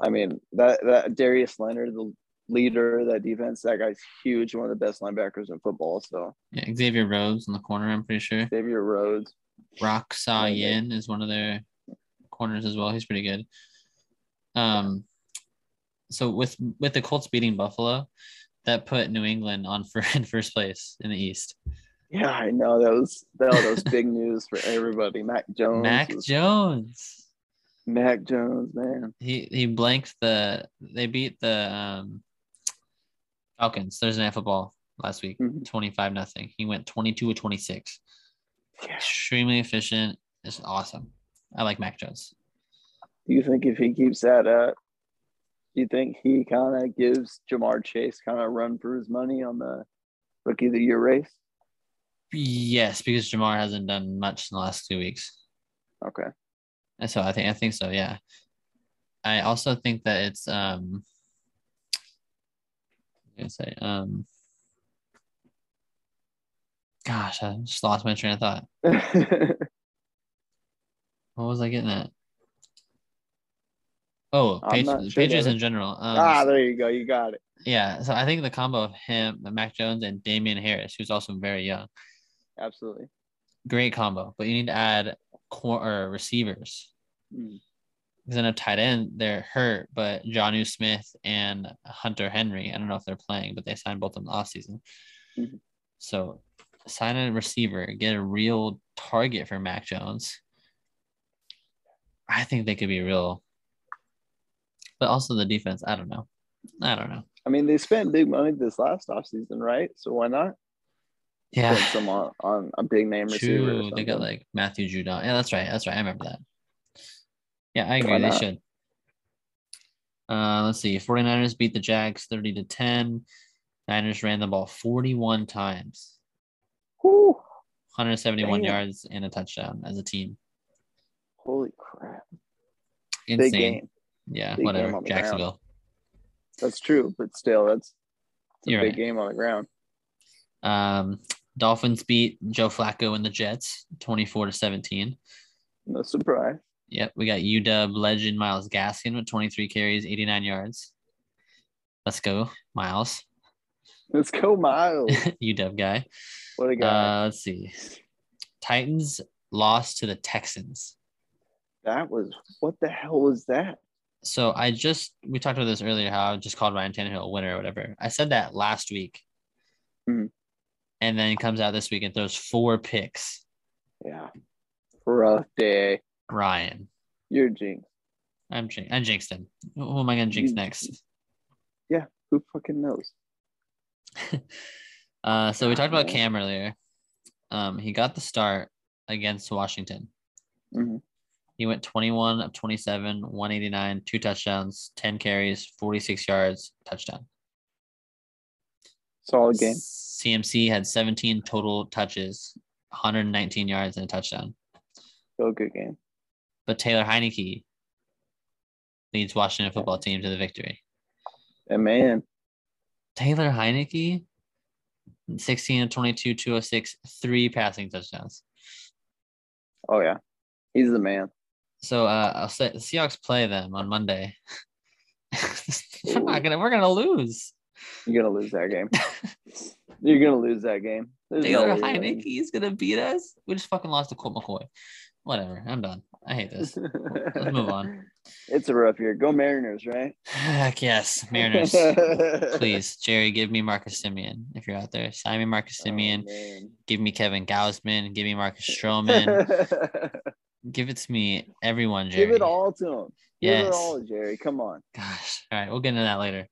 B: I mean that that Darius Leonard, the leader of that defense, that guy's huge, one of the best linebackers in football. So
A: Yeah, Xavier Rhodes in the corner, I'm pretty sure.
B: Xavier Rhodes,
A: Rock Sa
B: Yeah, they-
A: Yin is one of their corners as well. He's pretty good. Um, so with with the Colts beating Buffalo, that put New England on for in first place in the East.
B: Yeah, I know that was that was big news for everybody. Mac Jones,
A: Mac
B: was-
A: Jones,
B: Mac Jones, man.
A: he he blanked the they beat the um Falcons Thursday Night Football last week,
B: Mhm.
A: twenty five nothing. He went twenty two or twenty six.
B: Yeah.
A: Extremely efficient. It's awesome. I like Mac Jones.
B: Do you think if he keeps that up, do you think he kind of gives Jamar Chase kind of run for his money on the rookie of the year race?
A: Yes, because Jamar hasn't done much in the last two weeks.
B: Okay,
A: And so I think I think so, yeah. I also think that it's um I'm gonna say um gosh, I just lost my train of thought. Um, What was I getting at? Oh,
B: I'm
A: Patri-
B: not
A: Patriots,
B: sure, David.
A: in general. Um,
B: ah, there you go, you got it.
A: yeah, so I think the combo of him, Mac Jones, and Damian Harris, who's also very young,
B: Absolutely.
A: great combo. But you need to add cor- or receivers
B: Mm.
A: because I know tight end they're hurt, but Johnu Smith and Hunter Henry, I don't know if they're playing, but they signed both of them off season.
B: Mhm.
A: So sign a receiver, get a real target for Mac Jones. I think they could be real. But also the defense, I don't know. I don't know.
B: I mean, they spent big money this last offseason, right? So why not
A: Yeah.
B: spend some on, on a big name receiver? or
A: True. They got
B: something?
A: like Matthew Judon. Yeah, that's right. That's right. I remember that. Yeah, I agree.
B: Why
A: They
B: not?
A: should. Uh, let's see. 49ers beat the Jags 30 to 10. Niners ran the ball 41 times,
B: Whew,
A: 171
B: Damn.
A: yards and a touchdown as a team.
B: holy crap!
A: Insane.
B: Big game.
A: Yeah,
B: Big game
A: whatever.
B: on the ground.
A: Jacksonville.
B: That's true, but still, that's it's a
A: You're
B: big
A: right.
B: game on the ground.
A: Um, Dolphins beat Joe Flacco and the Jets 24 to 17.
B: No surprise.
A: Yep, we got UW legend Miles Gaskin with 23 carries, 89 yards. Let's go, Miles.
B: Let's go, Miles.
A: UW guy.
B: What a guy.
A: Uh, let's see. Titans lost to the Texans.
B: that was what the hell was that?
A: So I just we talked about this earlier how I just called Ryan Tannehill a winner or whatever. I said that last week,
B: Mhm.
A: and then he comes out this week and throws four picks.
B: Yeah. Rough day.
A: Ryan,
B: You're jinx.
A: I'm jin- I jinxed him. Who who am I gonna jinx
B: You-
A: next?
B: Who fucking knows?
A: Uh, so we talked about
B: Yeah.
A: Cam earlier. Um, he got the start against Washington.
B: Mhm.
A: He went 21 of 27, 189, two touchdowns, 10 carries, 46 yards, touchdown.
B: Solid game.
A: CMC had 17 total touches, 119 yards, and a touchdown.
B: So good game.
A: But Taylor Heineke leads Washington football team to the victory.
B: And man,
A: Taylor Heineke, 16 of 22, 206, three passing touchdowns.
B: oh yeah, he's the man.
A: So uh, I'll say the Seahawks play them on Monday. we're not gonna. We're gonna lose.
B: You're gonna lose that game. You're gonna lose that game. There's no
A: Taylor
B: way you're winning.
A: Heineke is gonna beat us. We just fucking lost to Colt McCoy. Whatever. I'm done. I hate this. Let's move on.
B: It's a rough year. Go Mariners, right?
A: Heck yes, Mariners. Please, Jerry, give me Marcus Simeon if you're out there. Sign me Marcus
B: Oh,
A: Simeon. Give me Kevin Gausman. Give me Marcus Stroman. give it to me, everyone, Jerry.
B: Give it all to him. Give it
A: Yes.
B: all, Jerry. Come on.
A: Gosh. All right. We'll get into that later.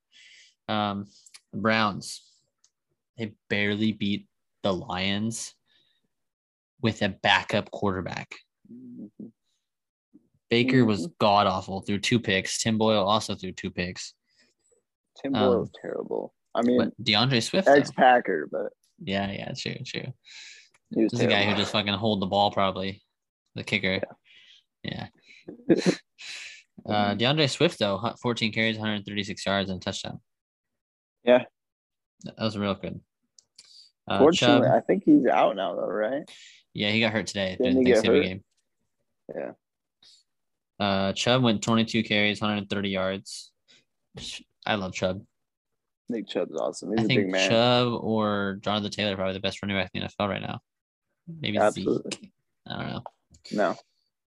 A: Um, the Browns. They barely beat the Lions with a backup quarterback. Um, Baker was god awful, threw two picks. Tim Boyle also threw two picks.
B: Tim
A: Um,
B: Boyle's terrible. I mean,
A: But DeAndre Swift, though.
B: ex Packer, but
A: yeah, yeah, true, true.
B: he was
A: This is a guy who
B: terrible.
A: just fucking hold the ball, probably the kicker. Yeah. uh, DeAndre Swift though, hu- 14 carries, 136 yards, and a touchdown.
B: Yeah.
A: that was real good. Uh, Chubb,
B: Fortunately, I think he's out now, though, right?
A: yeah, he got hurt today
B: Didn't
A: during the
B: he get
A: Thanksgiving
B: hurt?
A: game.
B: Yeah.
A: Uh, Chubb went 22 carries, 130 yards. I love Chubb.
B: Nick Chubb's awesome.
A: I
B: He's a big
A: think
B: man.
A: Chubb or Jonathan Taylor are probably the best running back in the NFL right now. Maybe
B: Absolutely.
A: Zeke. I don't know.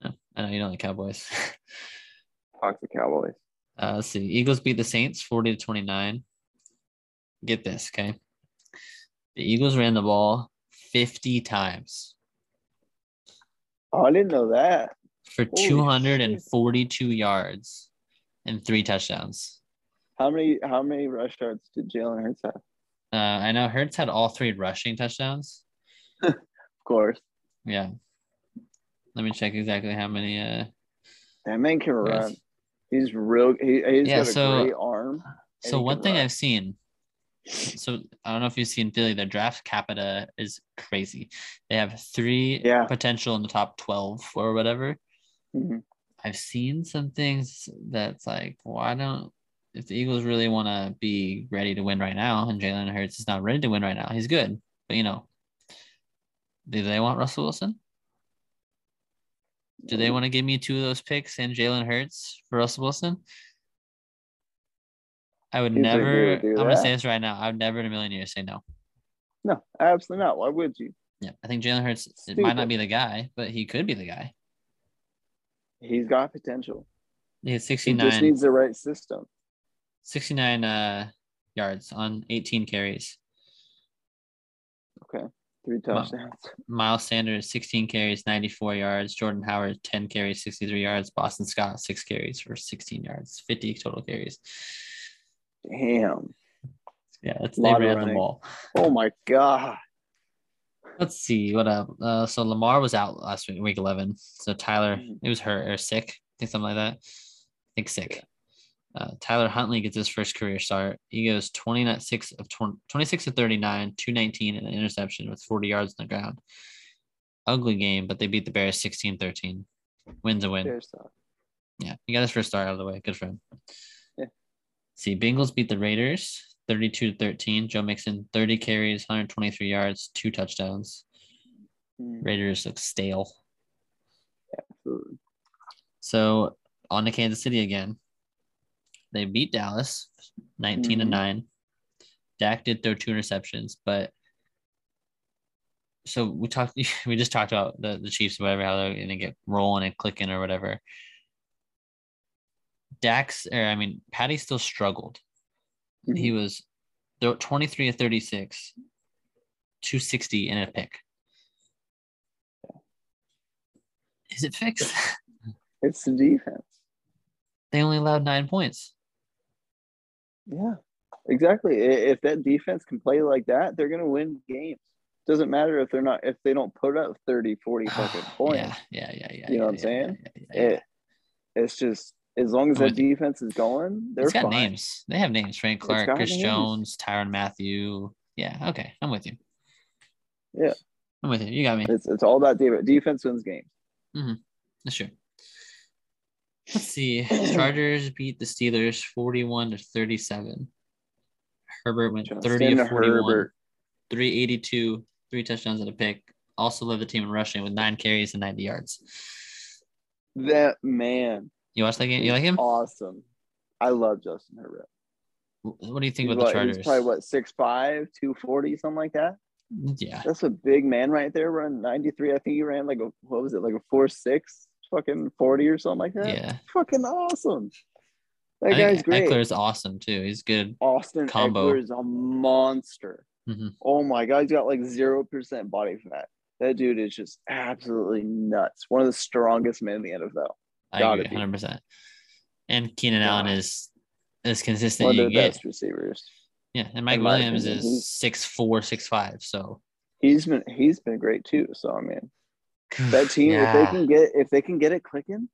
B: No,
A: I know you don't like Cowboys.
B: fuck the Cowboys.
A: Uh, let's see. Eagles beat the Saints 40 to 29. Get this, okay? The Eagles ran the ball 50 times
B: Oh, I didn't know that.
A: for
B: Holy shit.
A: 242 yards and three touchdowns.
B: How many how many rush yards did Jalen Hurts have? Of
A: Uh, I know Hertz had all three rushing touchdowns.
B: course,
A: Yeah. Let me check exactly how many. Uh,
B: that man can
A: Yes.
B: run. He's real. He, he's
A: Yeah,
B: got a
A: so- uh,
B: great arm. And
A: So
B: he
A: one
B: can
A: thing
B: run.
A: I've seen, so I don't know if you've seen Philly, their draft capita is crazy. They have three
B: Yeah.
A: potential in the top twelve or whatever.
B: Mhm.
A: I've seen some things that's like, why don't if the Eagles really want to be ready to win right now, and Jalen Hurts is not ready to win right now, he's good, but you know, do they want Russell Wilson? Do they want to give me two of those picks and Jalen Hurts for Russell Wilson? I would
B: Seems like they
A: never.
B: would do
A: I'm gonna
B: that.
A: say this right now. I would never in a million years say no.
B: No, absolutely not. Why would you?
A: Yeah, I think Jalen Hurts. It might not
B: Stupid.
A: be the guy, but he could be the guy.
B: He's got potential.
A: He had
B: He
A: 69,
B: just needs the right system.
A: 69 uh, yards on 18 carries.
B: Three touchdowns.
A: Miles Sanders, 16 carries, 94 yards. Jordan Howard, 10 carries, 63 yards. Boston Scott, six carries for 16 yards, 50 total carries.
B: Damn.
A: Yeah, that's, they
B: Lot of
A: ran the
B: running.
A: ball.
B: Oh my god.
A: Let's see what up. Uh, so Lamar was out last week, week 11. So Tyler, it was hurt or sick, I think something like that. I think sick. Uh, Tyler Huntley gets his first career start. He goes 26 of 20, 26 to 39, 219 and an interception with 40 yards on the ground. Ugly game, but they beat the Bears 16 13. Wins a win.
B: There's that.
A: Yeah, he got his first start out of the way. Good for him.
B: Yeah.
A: See, Bengals beat the Raiders 32 to 13. Joe Mixon, 30 carries, 123 yards, two touchdowns.
B: Mm,
A: Raiders look stale.
B: absolutely.
A: So on to Kansas City again. They beat Dallas 19 to
B: Mhm.
A: 9. Dak did throw two interceptions, but so we talked we just talked about the, the Chiefs or whatever, how they're gonna get rolling and clicking or whatever. Dax or I mean Patty still struggled. He was throw- 23 to 36, 260 and a pick. Is it fixed?
B: It's the defense.
A: they only allowed nine points.
B: Yeah. Exactly. I- If that defense can play like that, they're going to win games. Doesn't matter if they're not if they don't put up 30, 40 fucking points.
A: yeah, yeah, yeah, yeah.
B: You
A: yeah,
B: know what I'm
A: yeah,
B: saying?
A: yeah, yeah, yeah.
B: It, it's just as long as
A: I'm
B: that defense is going, they're
A: it's got
B: fine.
A: names. They have names: Frank
B: It's
A: Clark,
B: got
A: Chris
B: names.
A: Jones, Tyron Matthew. Yeah, okay, I'm with you.
B: Yeah.
A: I'm with you. You got me.
B: It's it's all about defense. Defense wins games.
A: That's true. Let's see. Chargers beat the Steelers 41 to 37. Herbert went 30
B: Justin
A: to 41,
B: Herbert.
A: 382, three touchdowns and a pick. Also led the team in rushing with nine carries and 90 yards.
B: That man.
A: You watch that game? You
B: is
A: like him?
B: Awesome. I love Justin Herbert.
A: What do you think
B: he's,
A: about the
B: what-
A: Chargers?
B: he's probably what 6'5, 240, something like that.
A: yeah.
B: That's a big man right there running 93. I think he ran like a what was it, like a four six, fucking 40 or something like that.
A: Yeah.
B: Fucking awesome. That
A: I
B: guy's
A: think
B: great.
A: Eckler is awesome too. He's good.
B: Austin
A: combo.
B: Eckler is a monster.
A: Mhm.
B: Oh my god, he's got like zero percent body fat. That dude is just absolutely nuts. One of the strongest men in the NFL.
A: I
B: Gotta
A: agree
B: be.
A: 100%. And Keenan
B: Yeah.
A: Allen is as consistent
B: One
A: you
B: of
A: can
B: the
A: get.
B: best receivers.
A: Yeah. And Mike
B: in my
A: Williams
B: opinion,
A: is
B: he's-
A: six four, six five. So
B: He's been he's been great too. So I mean that team if
A: Yeah.
B: they can get if they can get it clicking,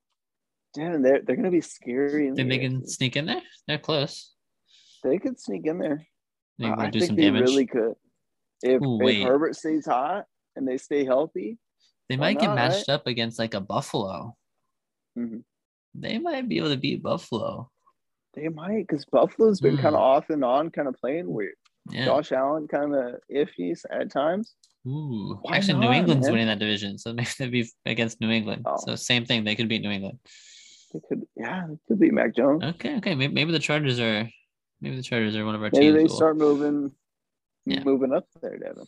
B: damn, they're they're gonna be scary. in
A: Think
B: the
A: they can
B: AFC.
A: sneak in there? They're close.
B: they could sneak in there.
A: They
B: I
A: can do
B: think
A: some
B: they
A: damage.
B: really could. If,
A: Ooh,
B: if
A: wait.
B: Herbert stays hot and they stay healthy,
A: they
B: why
A: might get
B: not,
A: matched up against like a Buffalo.
B: Mhm.
A: They might be able to beat Buffalo.
B: they might because Buffalo's been kind
A: Hmm.
B: of off and on, kind of playing weird.
A: Yeah.
B: Josh Allen kind of iffy s- at times.
A: Ooh.
B: Why
A: Actually, New
B: not,
A: England's
B: man?
A: winning that division, so maybe they'd be against New England.
B: Oh.
A: So same thing. They could beat New England.
B: They could, yeah, it could be Mac Jones.
A: Okay. Okay. Maybe, maybe the Chargers are. Maybe the Chargers are one of our
B: Maybe
A: teams.
B: they
A: We'll-
B: start moving,
A: Yeah.
B: moving up there, Devin.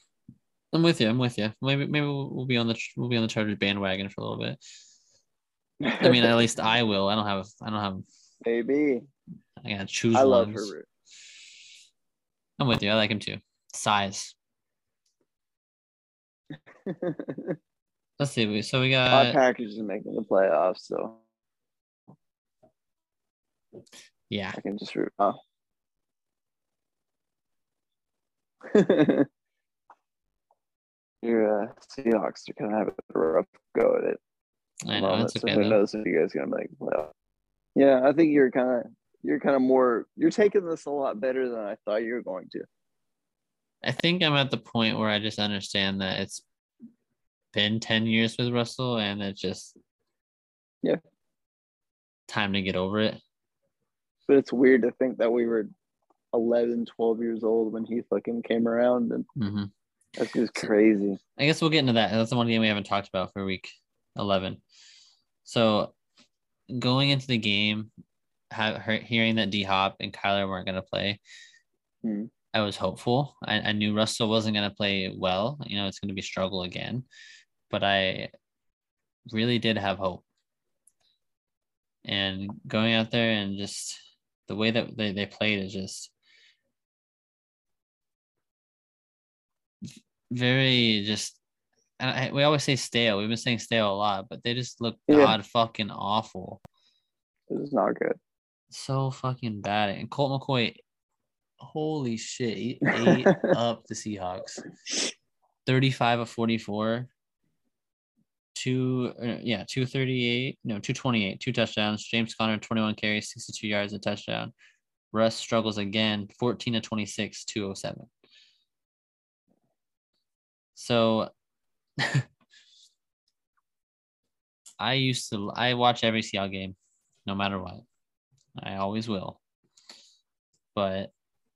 A: I'm with you. I'm with you. Maybe maybe we'll, we'll be on the we'll be on the Chargers bandwagon for a little bit. I mean, at least I will. I don't have. I don't have.
B: maybe.
A: I gotta choose.
B: I love
A: ones.
B: Herbert.
A: I'm with you. I like him too. Size. Let's see. we- So we
B: My
A: got.
B: package is making the playoffs, so
A: Yeah.
B: I can just root. Oh. Your uh, Seahawks are gonna have a rough go at it. at
A: I
B: the
A: know.
B: moment,
A: That's
B: so
A: okay.
B: who
A: though.
B: knows if you guys are gonna make the playoffs? Yeah, I think you're kind of you're kind of more you're taking this a lot better than I thought you were going to.
A: I think I'm at the point where I just understand that it's been 10 years with Russell and it's just
B: Yeah.
A: time to get over it.
B: But it's weird to think that we were 11, 12 years old when he fucking came around, and
A: hmm
B: that's just crazy.
A: I guess we'll get into that. That's the one game we haven't talked about for week 11. So going into the game, ha- he- hearing that D Hop and Kyler weren't going to play,
B: Hmm.
A: I was hopeful. I, I knew Russell wasn't going to play well. You know, it's going to be struggle again, but I really did have hope. And going out there and just the way that they, they played is just very just. And I, we always say stale. We've been saying stale a lot, but they just look
B: Yeah.
A: god fucking awful.
B: This is not good.
A: so fucking bad. And Colt McCoy, holy shit, he ate up the Seahawks. 35 of 44. Two, uh, yeah, 238, no, 228, two touchdowns. James Conner, 21 carries, 62 yards, a touchdown. Russ struggles again, 14 to 26, 207. So I used to, I watch every Seattle game, no matter what. I always will. But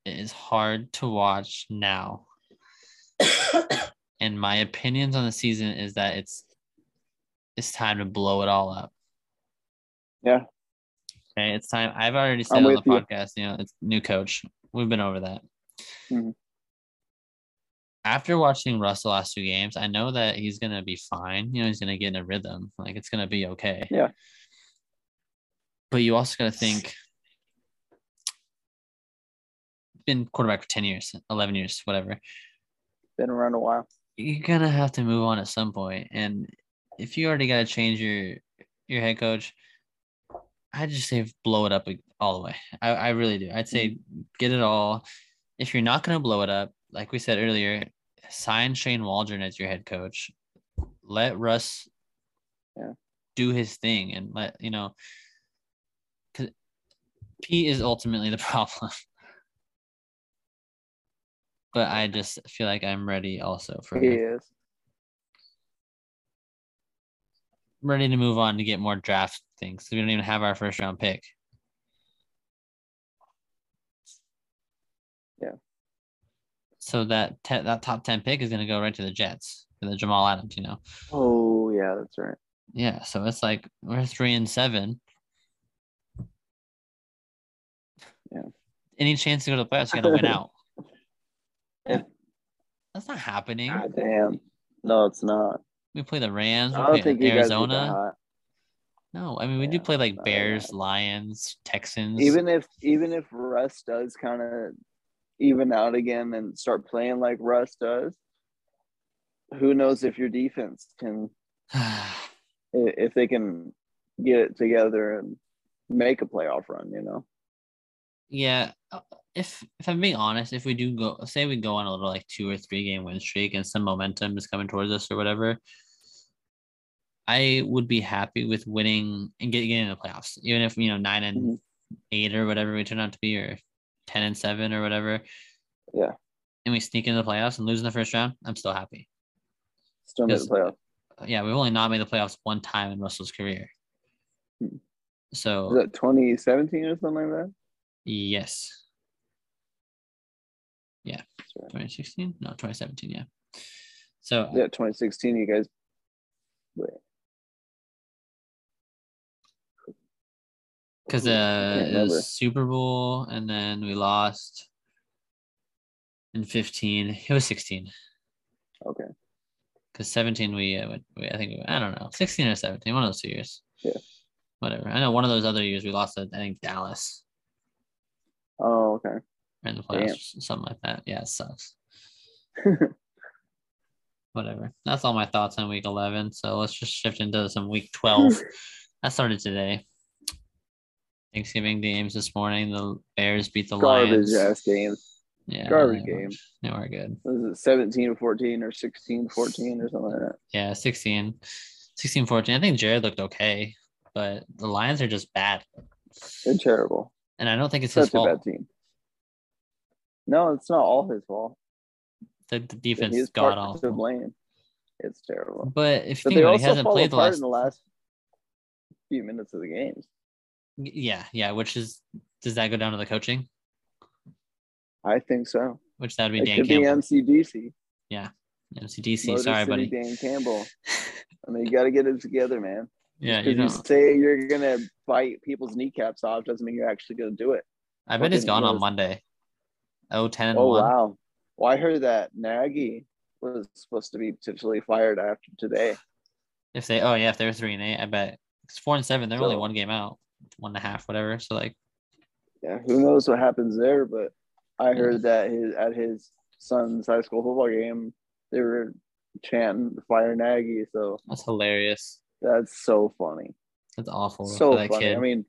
A: it is hard to watch now. and my opinions on the season is that it's it's time to blow it all up.
B: Yeah.
A: Okay, it's time. I've already said
B: I'm
A: on the
B: with you.
A: podcast, you know, it's new coach. We've been over that.
B: Mhm.
A: After watching Russ the last two games, I know that he's gonna be fine. You know, he's gonna get in a rhythm. Like it's gonna be okay.
B: Yeah.
A: But you also gotta think been quarterback for 10 years, 11 years, whatever.
B: Been around a while.
A: You're gonna have to move on at some point. And if you already gotta change your your head coach, I just say blow it up all the way. I, I really do. I'd say
B: Mm-hmm.
A: get it all. If you're not going to blow it up, like we said earlier, sign Shane Waldron as your head coach. Let Russ
B: Yeah.
A: do his thing and let, you know, 'cause Pete is ultimately the problem. but I just feel like I'm ready also for
B: He is.
A: ready to move on to get more draft things. We don't even have our first round pick.
B: Yeah.
A: So that te- that top ten pick is going to go right to the Jets for the Jamal Adams. You know.
B: Oh yeah, that's right.
A: Yeah. So it's like we're three and seven.
B: Yeah.
A: Any chance to go to the playoffs, you got to win out.
B: Yeah.
A: That's not happening.
B: God damn. No, it's not.
A: We play the Rams. We
B: I don't
A: play
B: think you guys are that
A: Arizona.
B: hot.
A: No, I mean we do
B: Yeah,
A: play like
B: not
A: Bears, Lions, Texans.
B: Even if even if Russ does kind of even out again and start playing like Russ does, who knows if your defense can i- if they can get it together and make a playoff run, you know?
A: yeah, uh, if if I'm being honest, if we do go, say we go on a little like two or three game win streak and some momentum is coming towards us or whatever, I would be happy with winning and get, getting in the playoffs, even if you know nine and
B: Mhm.
A: eight or whatever we turn out to be, or ten and seven or whatever.
B: Yeah.
A: And we sneak into the playoffs and lose in the first round. I'm still happy.
B: Still make the
A: Yes.
B: playoff.
A: Yeah, we've only not made the playoffs one time in Russell's career.
B: Hmm.
A: So
B: Is that 2017 or something like that?
A: Yes. Yeah.
B: That's right.
A: 2016? No, 2017. Yeah. So
B: Yeah, 2016. You guys,
A: because
B: Ooh, I
A: uh,
B: can't
A: it
B: remember.
A: was Super Bowl and then we lost in 15. It was 16
B: okay,
A: because 17 we, uh, went, we I think we, I don't know 16 or 17 one of those two years.
B: Yeah.
A: Whatever. I know one of those other years we lost. to, I think Dallas
B: oh okay.
A: in the
B: Damn.
A: playoffs, or something like that. Yeah, it sucks. Whatever. That's all my thoughts on week 11. So let's just shift into some week 12. that started today. Thanksgiving games this morning. The Bears beat the
B: Garbage
A: Lions.
B: ass game.
A: Yeah,
B: Garbage
A: they were-
B: game.
A: They were good.
B: Was it 17 14 or 16 14 or something like that?
A: Yeah, 16, 16, 14. I think Jared looked okay, but the Lions are just bad.
B: They're terrible.
A: And I don't think it's his
B: Such a
A: fault.
B: bad team. No, it's not all his fault.
A: The, the
B: It's
A: defense
B: He's
A: got
B: part to
A: awful.
B: blame. It's terrible.
A: But if you
B: But
A: think about it,
B: they
A: he
B: also
A: hasn't
B: fall
A: played the
B: apart
A: last
B: in the last few minutes of the games.
A: Yeah, yeah, which is does that go down to the coaching?
B: I think so.
A: Which that would be
B: It
A: Dan
B: could
A: Campbell.
B: be MCDC.
A: MCDC,
B: Motor
A: sorry,
B: City
A: buddy.
B: Dan Campbell. I mean, you got to get it together, man.
A: yeah, you
B: Because you,
A: don't,
B: say you're going to bite people's kneecaps off doesn't mean you're actually going to do it.
A: I bet he's
B: fucking
A: gone on
B: was-
A: Monday. Oh, 10 and
B: Oh,
A: 1.
B: wow. Well, I heard that Nagy was supposed to be potentially fired after today.
A: If they, oh yeah, if they're three and eight, I bet it's four and seven. They're only
B: So-
A: one game out, one and a half, whatever. So like,
B: yeah, who knows what happens there? But I heard that his at his son's high school football game, they were chanting "Fire Nagy," so
A: that's hilarious.
B: that's so funny,
A: That's awful
B: so
A: Oh, for that
B: funny.
A: kid.
B: I mean,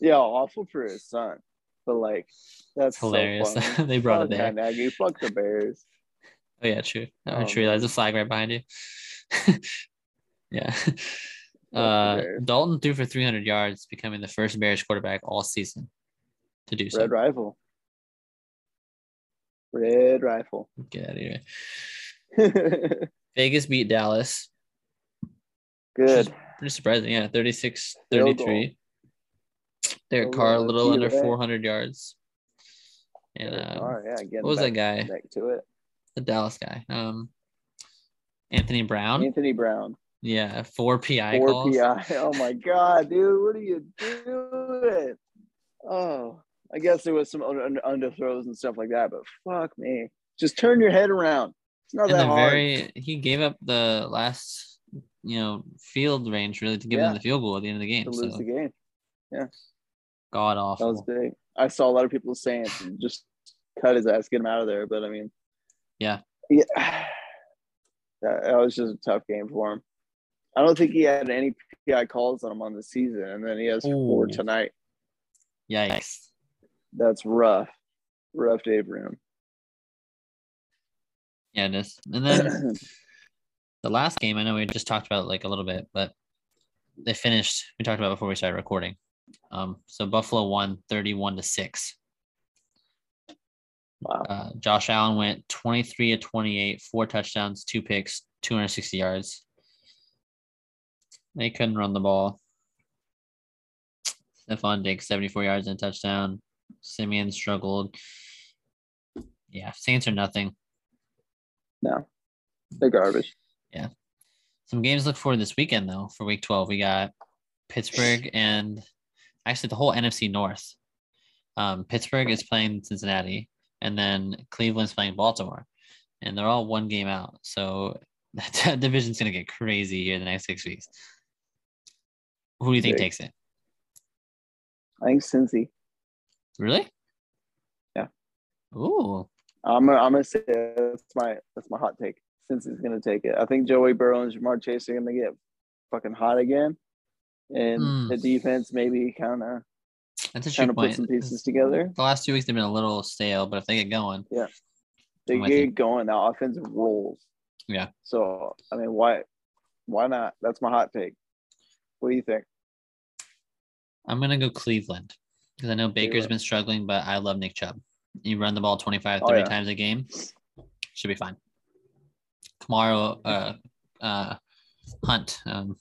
B: yeah, awful for his son, but like that's
A: it's hilarious.
B: So funny.
A: they brought
B: Fuck
A: it there.
B: Matt Nagy, fuck the Bears.
A: Oh yeah, true. I
B: Oh,
A: just realized the flag right behind you. yeah.
B: the
A: Uh,
B: Bears.
A: Dalton threw for 300 yards, becoming the first Bears quarterback all season to do so.
B: Red Rifle, Red Rifle.
A: Get out of here.
B: Good.
A: Vegas beat Dallas. Pretty surprising. Yeah, 36
B: Field
A: 33.
B: Field
A: Derek
B: goal
A: Carr a
B: to
A: little
B: key
A: under
B: today.
A: 400 yards. And uh,
B: All right, yeah, getting
A: what was that
B: back,
A: guy?
B: back to it.
A: The Dallas guy. Um, Anthony Brown.
B: Anthony Brown.
A: yeah, four PI
B: four
A: calls.
B: pi. Oh my god, dude, what are you doing? Oh, I guess there was some under, under, underthrows and stuff like that, but fuck me, just turn your head around. It's not
A: And
B: that
A: the
B: hard.
A: very he gave up the last, you know, field range really to give
B: Yeah.
A: them the field goal at the end of the
B: to
A: game.
B: lose
A: So
B: the game.
A: god
B: That was
A: awful.
B: big. I saw a lot of people saying just cut his ass, get him out of there. But I mean,
A: Yeah.
B: yeah, that, that was just a tough game for him. I don't think he had any PI calls on him on the season, and then he has four
A: Ooh.
B: tonight.
A: Yikes.
B: That's rough. Rough day for him.
A: Yeah, it is. And then the last game, I know we just talked about like a little bit, but they finished, we talked about before we started recording. Um, so Buffalo won 31 to 6.
B: Wow.
A: Uh, Josh Allen went 23 to 28, four touchdowns, two picks, 260 yards. They couldn't run the ball. Stephon Diggs, 74 yards and a touchdown. Simeon struggled. Yeah, Saints are nothing.
B: No, they're garbage.
A: Some games to look forward to this weekend though. For Week 12, we got Pittsburgh and actually the whole NFC North. Um, Pittsburgh is playing Cincinnati, and then Cleveland's playing Baltimore, and they're all one game out. So that division's gonna get crazy here the next six weeks. Who do you think
B: Big.
A: takes it?
B: I think Cincy.
A: Really?
B: Yeah.
A: Ooh,
B: I'm gonna, I'm gonna say that's my that's my hot take. Cincy's gonna take it. I think Joey Burrow and Jamar Chase are gonna get fucking hot again, and
A: Mm.
B: the defense maybe kind of
A: that's a true
B: kind of put
A: point.
B: some pieces together.
A: The last two weeks they've been a little stale, but if they get going,
B: They
A: I'm with
B: get
A: you.
B: going. The offensive rolls.
A: Yeah.
B: So I mean, why why not? That's my hot take. What do you think?
A: I'm gonna go Cleveland because I know Baker's
B: Cleveland.
A: been struggling, but I love Nick Chubb. You run the ball 25,
B: Oh,
A: 30
B: yeah.
A: times a game, should be fine. Kamara, uh, uh, Hunt, um,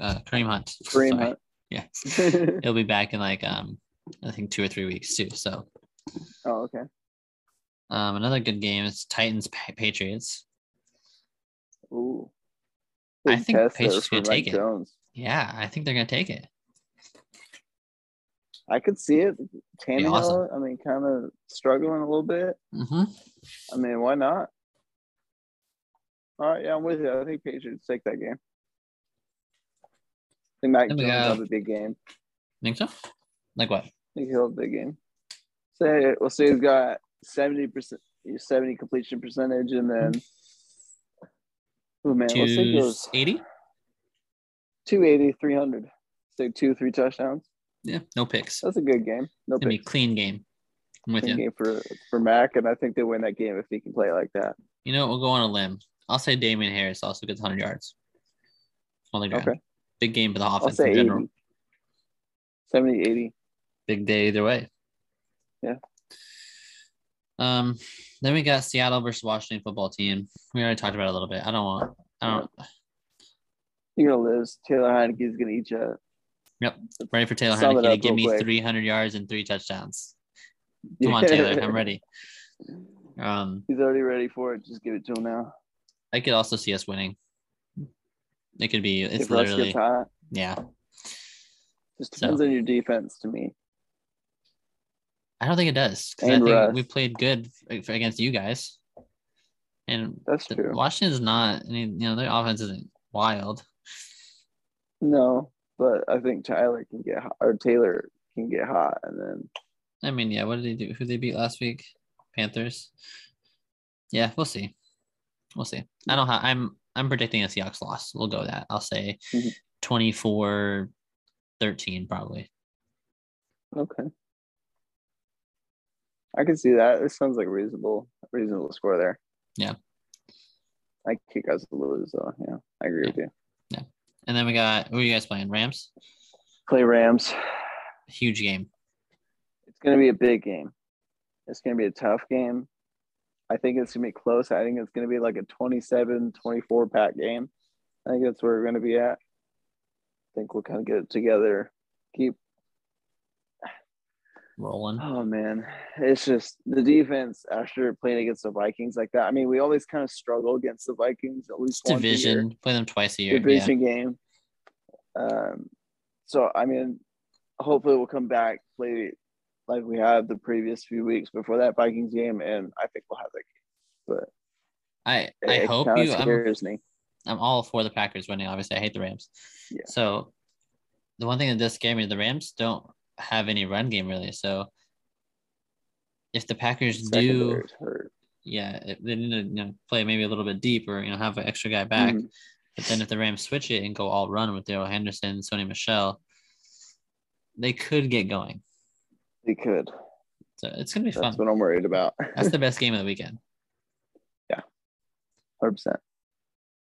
A: uh, Kareem Hunt.
B: Kareem
A: Sorry.
B: Hunt.
A: Yeah, he'll be back in like um, I think two or three weeks too. So
B: oh, okay.
A: um, another good game is Titans Pa- Patriots.
B: Ooh.
A: I
B: Big
A: think
B: test there
A: Patriots
B: for
A: gonna
B: Mike
A: take it.
B: Jones.
A: Yeah, I think they're gonna take it.
B: I could see it.
A: be
B: Tannehill,
A: awesome.
B: I mean, kind of struggling a little bit.
A: hmm
B: I mean, why not? All right, yeah, I'm with you. I think Patriots take that game. I think Mike
A: There
B: Jones
A: we
B: will
A: go.
B: have a big game.
A: Think so? Like what?
B: I think he'll have a big game. Say, we'll say he's got 70%, 70 completion percentage, and then, oh man, let's say he
A: Two
B: goes
A: eighty?
B: 280, 300. Say two, three touchdowns.
A: Yeah, no picks.
B: That's a good game. No
A: It's gonna be
B: big
A: a clean game. I'm with you.
B: game for, for Mac, and I think they win that game if he can play like that.
A: You know, what, we'll go on a limb. I'll say Damian Harris also gets 100 yards on the ground.
B: Okay.
A: Big game for the
B: I'll
A: offense
B: say
A: in
B: 80.
A: general.
B: 70, 80.
A: Big day either way.
B: Yeah.
A: Um, then we got Seattle versus Washington football team. We already talked about it a little bit. I don't want. I don't
B: You're going to lose. Taylor Heineke's going to eat you up.
A: ready for Taylor
B: Sum it
A: Heineke to
B: up
A: give
B: real
A: me
B: quick.
A: 300 yards and three touchdowns. Come on, Taylor, I'm ready. Um,
B: He's already ready for it. Just give it to him now.
A: I could also see us winning. It could be. It's
B: if Russ
A: literally.
B: gets hot,
A: Yeah.
B: just
A: So-
B: depends on your defense to me.
A: I don't think it does. 'cause I
B: And
A: think
B: Russ.
A: we played good f- against you guys. And
B: That's
A: the-
B: true.
A: Washington's not, I mean, you know, their offense isn't wild.
B: No, but I think Tyler can get hot, or Taylor can get hot, and then
A: I mean, yeah, what did they do? Who they beat last week? Panthers. Yeah, we'll see. We'll see. I don't have, I'm, I'm predicting a Seahawks loss. We'll go with that. I'll say
B: Mhm.
A: 24 13, probably.
B: okay. I can see that. This sounds like a reasonable, reasonable score there.
A: Yeah.
B: I think you guys will lose though. Yeah, I agree with you.
A: And then we got, who are you guys playing? Rams?
B: Play Rams.
A: Huge game.
B: It's going to be a big game. It's going to be a tough game. I think it's going to be close. I think it's going to be like a 27 24 pack game. I think that's where we're going to be at. I think we'll kind of get it together. Keep,
A: Rolling.
B: oh man, it's just the defense after playing against the Vikings like that. I mean, we always kind of struggle against the Vikings at least once a year.
A: Division. Play them twice a year. Yeah.
B: division game. Um, so I mean, hopefully we'll come back play like we have the previous few weeks before that Vikings game, and I think we'll have that.
A: I, I
B: Game. It
A: hope
B: kinda
A: you, I'm
B: scares me.
A: I'm all for the Packers winning. Obviously, I hate the Rams.
B: Yeah.
A: So the one thing that does scare me, the Rams don't have any run game really. So if the Packers do,
B: Secondary's hurt.
A: yeah, if they need to you know, play maybe a little bit deep or you know have an extra guy back.
B: Mhm.
A: But then if the Rams switch it and go all run with Daryl Henderson, Sony Michelle, they could get going.
B: They could.
A: So it's gonna be fun.
B: That's what I'm worried about.
A: That's the best game of the weekend.
B: 100. percent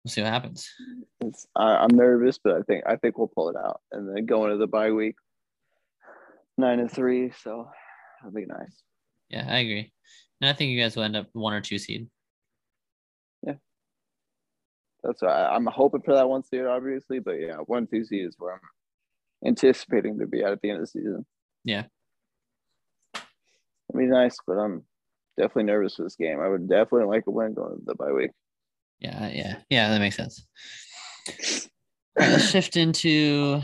A: We'll see what happens.
B: It's, I, I'm nervous, but I think I think we'll pull it out and then go into the bye week nine and three. So that'll be nice.
A: Yeah, I agree. And I think you guys will end up one or two seed.
B: That's why I, I'm hoping for that one seed, obviously. But yeah, one two seed is where I'm anticipating to be at at the end of the season.
A: Yeah.
B: it'd be nice, but I'm definitely nervous for this game. I would definitely like a win going into the bye week.
A: Yeah, yeah, yeah. That makes sense. All right, let's shift into